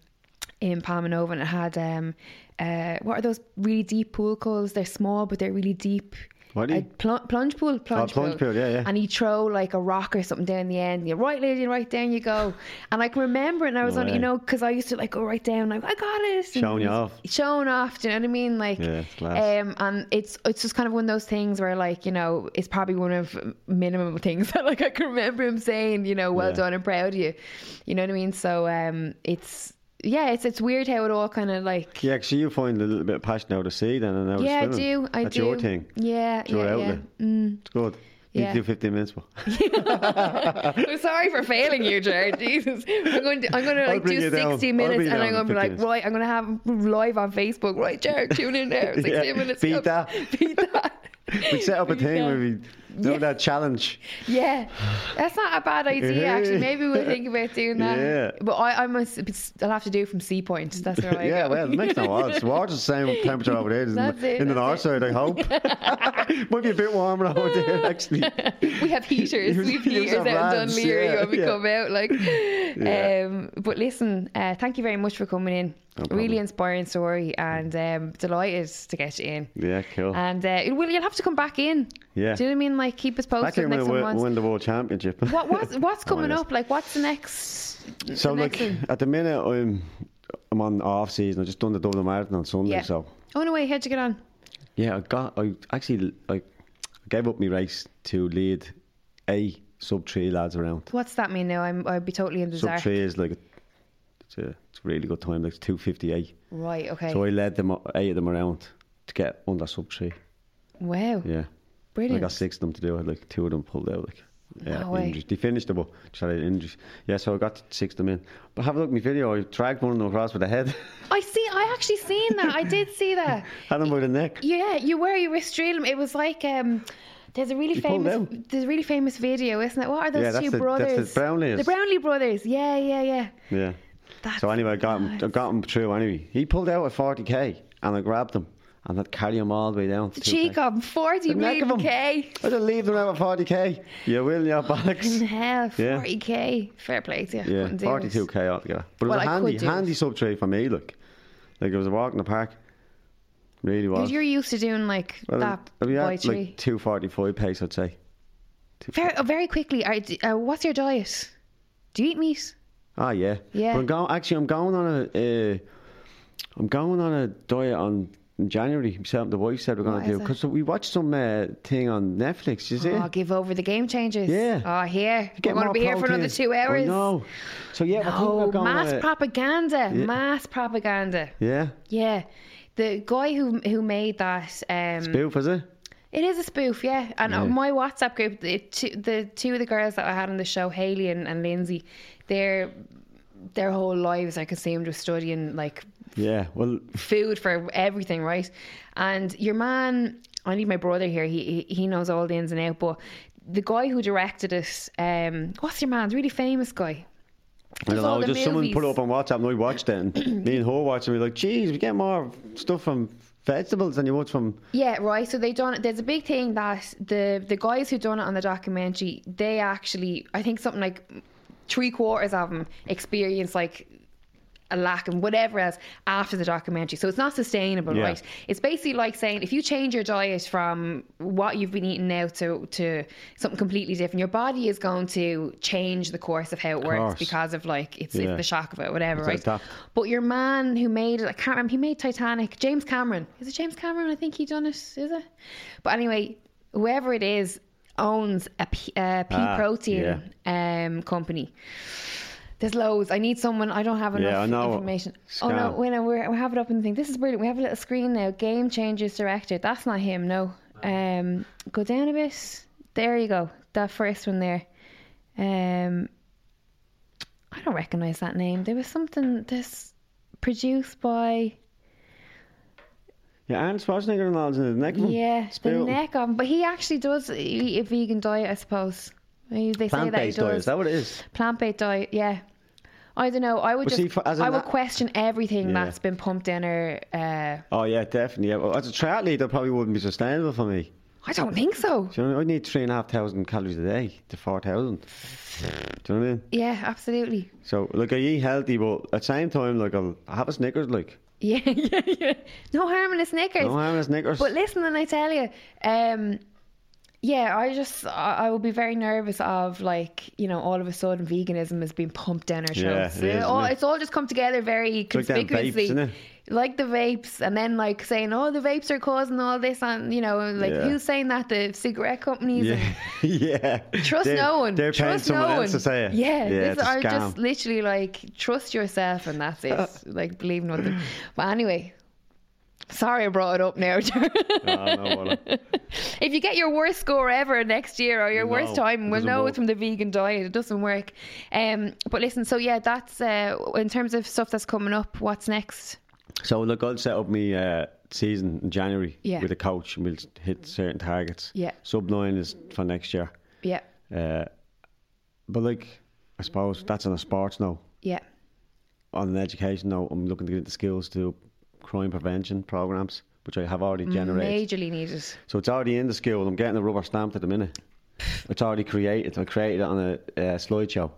Speaker 1: in Palmanova and it had um uh what are those really deep pool calls they're small but they're really deep
Speaker 2: What do
Speaker 1: Uh,
Speaker 2: you-
Speaker 1: pl- plunge pool plunge,
Speaker 2: plunge pool, yeah, yeah.
Speaker 1: and he'd throw like a rock or something down the end and you're right lady right down you go and I can remember it and I was
Speaker 2: No
Speaker 1: on
Speaker 2: way.
Speaker 1: you know because I used to like go right down like I got it And
Speaker 2: Showing you
Speaker 1: he's
Speaker 2: off.
Speaker 1: showing off do you know what I mean like
Speaker 2: Yeah, it's class.
Speaker 1: um, and it's it's just kind of one of those things where like you know it's probably one of minimum things that like I can remember him saying you know well
Speaker 2: Yeah.
Speaker 1: done and proud of you, you know what I mean. So um, it's yeah, it's it's weird how it all kind of like
Speaker 2: yeah, so you find a little bit of passion out of sea then and out of
Speaker 1: yeah, I
Speaker 2: swimming.
Speaker 1: do I
Speaker 2: That's
Speaker 1: do
Speaker 2: your thing.
Speaker 1: yeah
Speaker 2: It's your
Speaker 1: yeah Mm. yeah.
Speaker 2: outlet. It's good. You
Speaker 1: Yeah.
Speaker 2: can do 15 minutes more.
Speaker 1: I'm sorry for failing you, Jared. Jesus, I'm going to I'm going to
Speaker 2: I'll
Speaker 1: like
Speaker 2: bring
Speaker 1: do
Speaker 2: you down.
Speaker 1: 60
Speaker 2: I'll bring
Speaker 1: minutes
Speaker 2: you
Speaker 1: and I'm going
Speaker 2: down
Speaker 1: to
Speaker 2: in
Speaker 1: be like
Speaker 2: 15
Speaker 1: right, I'm going to have live on Facebook right, Jared, tune in there 60
Speaker 2: Yeah,
Speaker 1: minutes.
Speaker 2: beat that.
Speaker 1: beat that.
Speaker 2: We set up a
Speaker 1: Bring you
Speaker 2: thing
Speaker 1: down.
Speaker 2: where we do
Speaker 1: Yeah.
Speaker 2: that challenge.
Speaker 1: Yeah, that's not a bad idea actually. Maybe we'll think about doing that.
Speaker 2: Yeah.
Speaker 1: But I, I must. it's- I'll have to do it from sea point. That's where I.
Speaker 2: yeah,
Speaker 1: go.
Speaker 2: well, it makes no odds. The water's the same temperature over there as in,
Speaker 1: That's
Speaker 2: the-
Speaker 1: it,
Speaker 2: in the
Speaker 1: that's
Speaker 2: north side, I hope. Might be a bit warmer over there, actually.
Speaker 1: we have heaters.
Speaker 2: Use-
Speaker 1: We have
Speaker 2: use
Speaker 1: heaters out
Speaker 2: our
Speaker 1: in
Speaker 2: vans,
Speaker 1: Dunleary
Speaker 2: yeah,
Speaker 1: when we
Speaker 2: yeah.
Speaker 1: come out. Like,
Speaker 2: Yeah.
Speaker 1: um, but listen, uh, thank you very much for coming in.
Speaker 2: problem. Mm.
Speaker 1: really inspiring story, and um, delighted to get you in.
Speaker 2: Yeah, cool.
Speaker 1: And uh, well, you'll have to come back in.
Speaker 2: Yeah.
Speaker 1: Do you know what I mean? Like, keep us
Speaker 2: Back
Speaker 1: posted
Speaker 2: in when
Speaker 1: next
Speaker 2: I
Speaker 1: time.
Speaker 2: win,
Speaker 1: once-
Speaker 2: win the world championship.
Speaker 1: What, what's what's coming
Speaker 2: yes.
Speaker 1: up? Like, what's the next?
Speaker 2: so,
Speaker 1: the next
Speaker 2: like,
Speaker 1: thing?
Speaker 2: at the minute, I'm, I'm on off season. I just done the Dublin Marathon on Sunday,
Speaker 1: yeah.
Speaker 2: so.
Speaker 1: Oh no, wait. How'd you get on?
Speaker 2: Yeah, I got. I actually I gave up my race to lead a sub three lads around.
Speaker 1: What's that mean now? I'm, I'd be totally in the
Speaker 2: Sub
Speaker 1: dark.
Speaker 2: three is like a, it's a it's a really good time. Like two fifty eight.
Speaker 1: Right, okay.
Speaker 2: So I led them eight of them around to get under sub three.
Speaker 1: wow.
Speaker 2: Yeah, I
Speaker 1: Brilliant.
Speaker 2: got six of them to do. I had like two of them pulled out. Like yeah,
Speaker 1: No way.
Speaker 2: injuries. They finished them, but just had injuries. Yeah, so I got six of them in. But have a look at my video. I dragged one of them across with the head,
Speaker 1: I see I actually seen that. I did see that.
Speaker 2: had him by the neck.
Speaker 1: Yeah, you were you were streaming. It was like um there's a really
Speaker 2: You pulled
Speaker 1: famous
Speaker 2: out.
Speaker 1: there's a really famous video, isn't it? What are those
Speaker 2: Yeah, that's
Speaker 1: two
Speaker 2: the- that's
Speaker 1: brothers?
Speaker 2: the Brownleys.
Speaker 1: The Brownlee brothers. Yeah, yeah, yeah.
Speaker 2: Yeah.
Speaker 1: That's
Speaker 2: so anyway, I got him. I got him through anyway. He pulled out at 40k, and I grabbed him, and I'd carry him all the way down. To
Speaker 1: The
Speaker 2: 2K.
Speaker 1: cheek of 'em, 40
Speaker 2: The neck of
Speaker 1: million
Speaker 2: 'em.
Speaker 1: K.
Speaker 2: I just leave them out at 40k. You will, your bollocks.
Speaker 1: Hell,
Speaker 2: Yeah.
Speaker 1: 40k. Fair play to you.
Speaker 2: Yeah,
Speaker 1: Couldn't do it.
Speaker 2: 42k altogether. But
Speaker 1: Well,
Speaker 2: it was a
Speaker 1: I could
Speaker 2: handy,
Speaker 1: do it.
Speaker 2: handy sub tree for me. Look, like it was a walk in the park. Really was.
Speaker 1: Because you're used to doing like
Speaker 2: Well,
Speaker 1: that
Speaker 2: I'd be at,
Speaker 1: by tree.
Speaker 2: like 245 pace, I'd say.
Speaker 1: very, uh, very quickly, are, uh, what's your diet? Do you eat meat?
Speaker 2: Ah, yeah.
Speaker 1: Yeah.
Speaker 2: But I'm going. Actually, I'm going on a. Uh, I'm going on a diet on in January. Myself and the wife said we're going
Speaker 1: What
Speaker 2: to do
Speaker 1: is it?
Speaker 2: because we watched some uh, thing on Netflix. You see?
Speaker 1: Oh, give over the game changers.
Speaker 2: Yeah.
Speaker 1: Oh, here.
Speaker 2: Get
Speaker 1: We're going to
Speaker 2: more
Speaker 1: be here for another
Speaker 2: protein.
Speaker 1: two hours.
Speaker 2: I know. So yeah, I think we're
Speaker 1: Oh,
Speaker 2: going
Speaker 1: mass
Speaker 2: on a-
Speaker 1: propaganda. Mass propaganda.
Speaker 2: Yeah,
Speaker 1: Yeah. The guy who who made that. Um,
Speaker 2: beautiful, is it?
Speaker 1: It is a spoof, yeah. And uh
Speaker 2: Yeah.
Speaker 1: my WhatsApp group, the two, the two of the girls that I had on the show, Haley and, and Lindsay, their their whole lives are consumed with studying like
Speaker 2: Yeah, well,
Speaker 1: food for everything, right? And your man, I need my brother here. He he he knows all the ins and out. But the guy who directed it, um, what's your man's really famous guy?
Speaker 2: I
Speaker 1: There's
Speaker 2: don't
Speaker 1: all
Speaker 2: know.
Speaker 1: the
Speaker 2: Just someone put it
Speaker 1: movies.
Speaker 2: up on WhatsApp and we watched it. And me and her watched it. We were like, geez, we get more stuff from vegetables than you would from.
Speaker 1: Yeah, right. So they done. There's a big thing that the the guys who done it on the documentary, they actually, I think something like three quarters of them experience like a lack and whatever else after the documentary. So it's not sustainable,
Speaker 2: Yeah.
Speaker 1: right? It's basically like saying if you change your diet from what you've been eating now to to something completely different, your body is going to change the course of how it works
Speaker 2: course.
Speaker 1: because of like it's,
Speaker 2: Yeah.
Speaker 1: it's the shock of it, whatever,
Speaker 2: It's
Speaker 1: right?
Speaker 2: adapt.
Speaker 1: But your man who made it, I can't remember, he made Titanic. James Cameron. Is it James Cameron? I think he done it, is it? But anyway, whoever it is owns a pea uh, pea
Speaker 2: Ah,
Speaker 1: protein um, company. There's loads. I need someone. I don't have enough
Speaker 2: Yeah, I know.
Speaker 1: information. Oh no,
Speaker 2: Scam.
Speaker 1: we know we're, we have it up in the thing. This is brilliant. We have a little screen now. Game Changers director. That's not him. No. Um, go down a bit. There you go. That first one there. Um, I don't recognize that name. There was something this produced by
Speaker 2: Yeah, Arnold Schwarzenegger and all's in the neck.
Speaker 1: yeah the
Speaker 2: Spill.
Speaker 1: neck of him, but he actually does eat a vegan diet, I suppose. They say
Speaker 2: Plant
Speaker 1: that he
Speaker 2: based diet. Is
Speaker 1: does
Speaker 2: that what it is?
Speaker 1: plant based diet. Yeah, I don't know. I would
Speaker 2: But
Speaker 1: just
Speaker 2: see, for- as in
Speaker 1: I would
Speaker 2: that-
Speaker 1: question everything
Speaker 2: Yeah.
Speaker 1: that's been pumped in her. Uh,
Speaker 2: Oh, yeah, definitely. Yeah. Well, as a triathlete, that probably wouldn't be sustainable for me.
Speaker 1: I don't think so.
Speaker 2: Do you know what I mean? I need three and a half thousand calories a day to four thousand. Do you know what I mean?
Speaker 1: Yeah, absolutely.
Speaker 2: So, like, I eat healthy, but at the same time, like, I'll have a Snickers, like.
Speaker 1: Yeah, yeah, yeah. No harm in a Snickers.
Speaker 2: No having a Snickers.
Speaker 1: But listen, and I tell you, um, yeah, I just I, I will be very nervous of like you know all of a sudden veganism has been pumped down our
Speaker 2: Yeah,
Speaker 1: throats.
Speaker 2: it is,
Speaker 1: all,
Speaker 2: isn't it?
Speaker 1: It's all just come together very
Speaker 2: like them vapes,
Speaker 1: conspicuously.
Speaker 2: isn't it?
Speaker 1: like the vapes, and then like saying, "Oh, the vapes are causing all this," and you know, like
Speaker 2: Yeah.
Speaker 1: who's saying that? The cigarette companies.
Speaker 2: Yeah.
Speaker 1: and-
Speaker 2: yeah.
Speaker 1: Trust
Speaker 2: They're-
Speaker 1: no one.
Speaker 2: They're paying
Speaker 1: trust
Speaker 2: someone
Speaker 1: no one.
Speaker 2: else to say it.
Speaker 1: Yeah,
Speaker 2: yeah
Speaker 1: this
Speaker 2: it's a
Speaker 1: are
Speaker 2: scam.
Speaker 1: just literally like trust yourself, and that's it. like believe nothing. But anyway, sorry I brought it up now.
Speaker 2: Oh, no, well,
Speaker 1: if you get your worst score ever next year or your
Speaker 2: No,
Speaker 1: worst
Speaker 2: it
Speaker 1: time, we'll
Speaker 2: doesn't
Speaker 1: know
Speaker 2: work.
Speaker 1: it's from the vegan diet. It doesn't work. Um, but listen, so yeah, that's uh, in terms of stuff that's coming up. What's next?
Speaker 2: So look, I'll set up my uh, season in January
Speaker 1: Yeah.
Speaker 2: with a coach, and we'll hit certain targets.
Speaker 1: Yeah.
Speaker 2: sub nine is for next year.
Speaker 1: Yeah,
Speaker 2: Uh, but like, I suppose that's on a sports note.
Speaker 1: yeah,
Speaker 2: On an education note, I'm looking to get into skills to do crime prevention programs, which I have already generated.
Speaker 1: majorly needed.
Speaker 2: So it's already in the school. I'm getting the rubber stamped at the minute. It's already created. I created it on a uh, slideshow.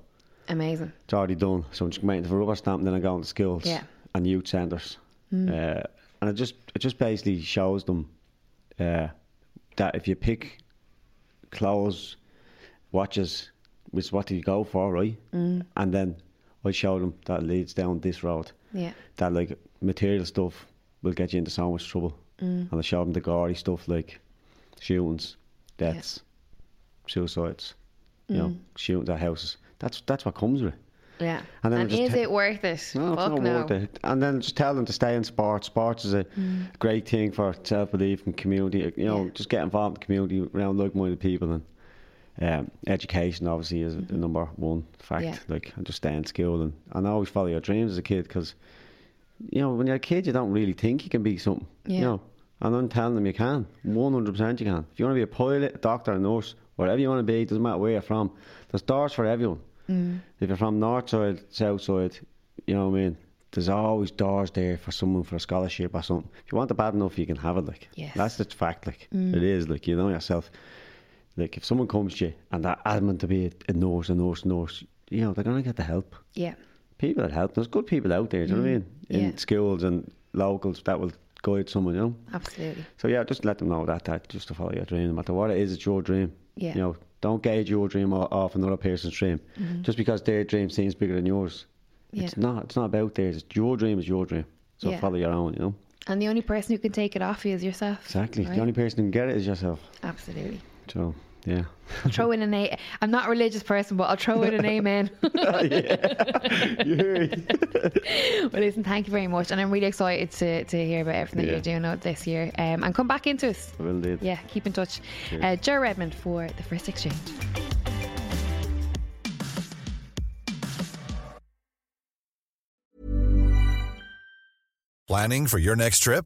Speaker 1: Amazing.
Speaker 2: It's already done. So I'm just waiting for rubber stamp, and then I go on to skills
Speaker 1: Yeah.
Speaker 2: and youth centres. Uh, and it just it just basically shows them uh, that if you pick clothes, watches, which what do you go for, right? Mm. And then I show them that leads down this road.
Speaker 1: Yeah,
Speaker 2: That like material stuff will get you into so much trouble. Mm. And I show them the gory stuff like shootings, deaths, suicides, you know, shootings at houses. That's that's what comes with it.
Speaker 1: yeah. And,
Speaker 2: And then just
Speaker 1: is
Speaker 2: ta-
Speaker 1: it worth it?
Speaker 2: No, it's
Speaker 1: Fuck no.
Speaker 2: not
Speaker 1: Mm.
Speaker 2: worth it. And then just tell them to stay in sports. Sports is a great thing for self belief and community. You know,
Speaker 1: Yeah.
Speaker 2: just get involved in community around like minded people and um, education obviously is the number one fact.
Speaker 1: Mm-hmm. Yeah.
Speaker 2: Like, and just stay in school and, and always follow your dreams as a kid because, you know, when you're a kid, you don't really think you can be something. You
Speaker 1: Yeah.
Speaker 2: know, and I'm telling them you can. 100% you can. If you want to be a pilot, a doctor, a nurse, whatever you want to be, doesn't matter where you're from, there's doors for everyone.
Speaker 1: Mm.
Speaker 2: If you're from north side, south side, you know what I mean? There's always doors there for someone for a scholarship or something. If you want it bad enough, you can have it. Like
Speaker 1: Yes. Mm.
Speaker 2: that's the fact. Like it is. Like you know yourself. Like if someone comes to you and they're adamant to be a, a nurse, a nurse, a nurse, you know they're gonna get the help.
Speaker 1: Yeah.
Speaker 2: People that help. There's good people out there. Do you know what I mean? In
Speaker 1: Mm. yeah.
Speaker 2: schools and locals that will guide someone. You know.
Speaker 1: Absolutely.
Speaker 2: So yeah, just let them know that that just to follow your dream, no matter what it is, it's your dream.
Speaker 1: Yeah.
Speaker 2: You know, don't gauge your dream o- off another person's dream. Just because their dream seems bigger than yours,
Speaker 1: Mm-hmm. Yeah.
Speaker 2: it's not. It's not about theirs. It's your dream is your dream. So
Speaker 1: Yeah.
Speaker 2: follow your own. You know.
Speaker 1: And the only person who can take it off you is yourself.
Speaker 2: Exactly.
Speaker 1: right?
Speaker 2: The only person who can get it is yourself.
Speaker 1: Absolutely.
Speaker 2: So Yeah.
Speaker 1: throw in an a. I'm not a religious person, but I'll throw in an amen. Well, listen, thank you very much, and I'm really excited to, to hear about everything that
Speaker 2: Yeah.
Speaker 1: you're doing out this year, um, and come back into us.
Speaker 2: Will do.
Speaker 1: Yeah, keep in touch. Uh, Joe Redmond for the first exchange.
Speaker 3: Planning for your next trip?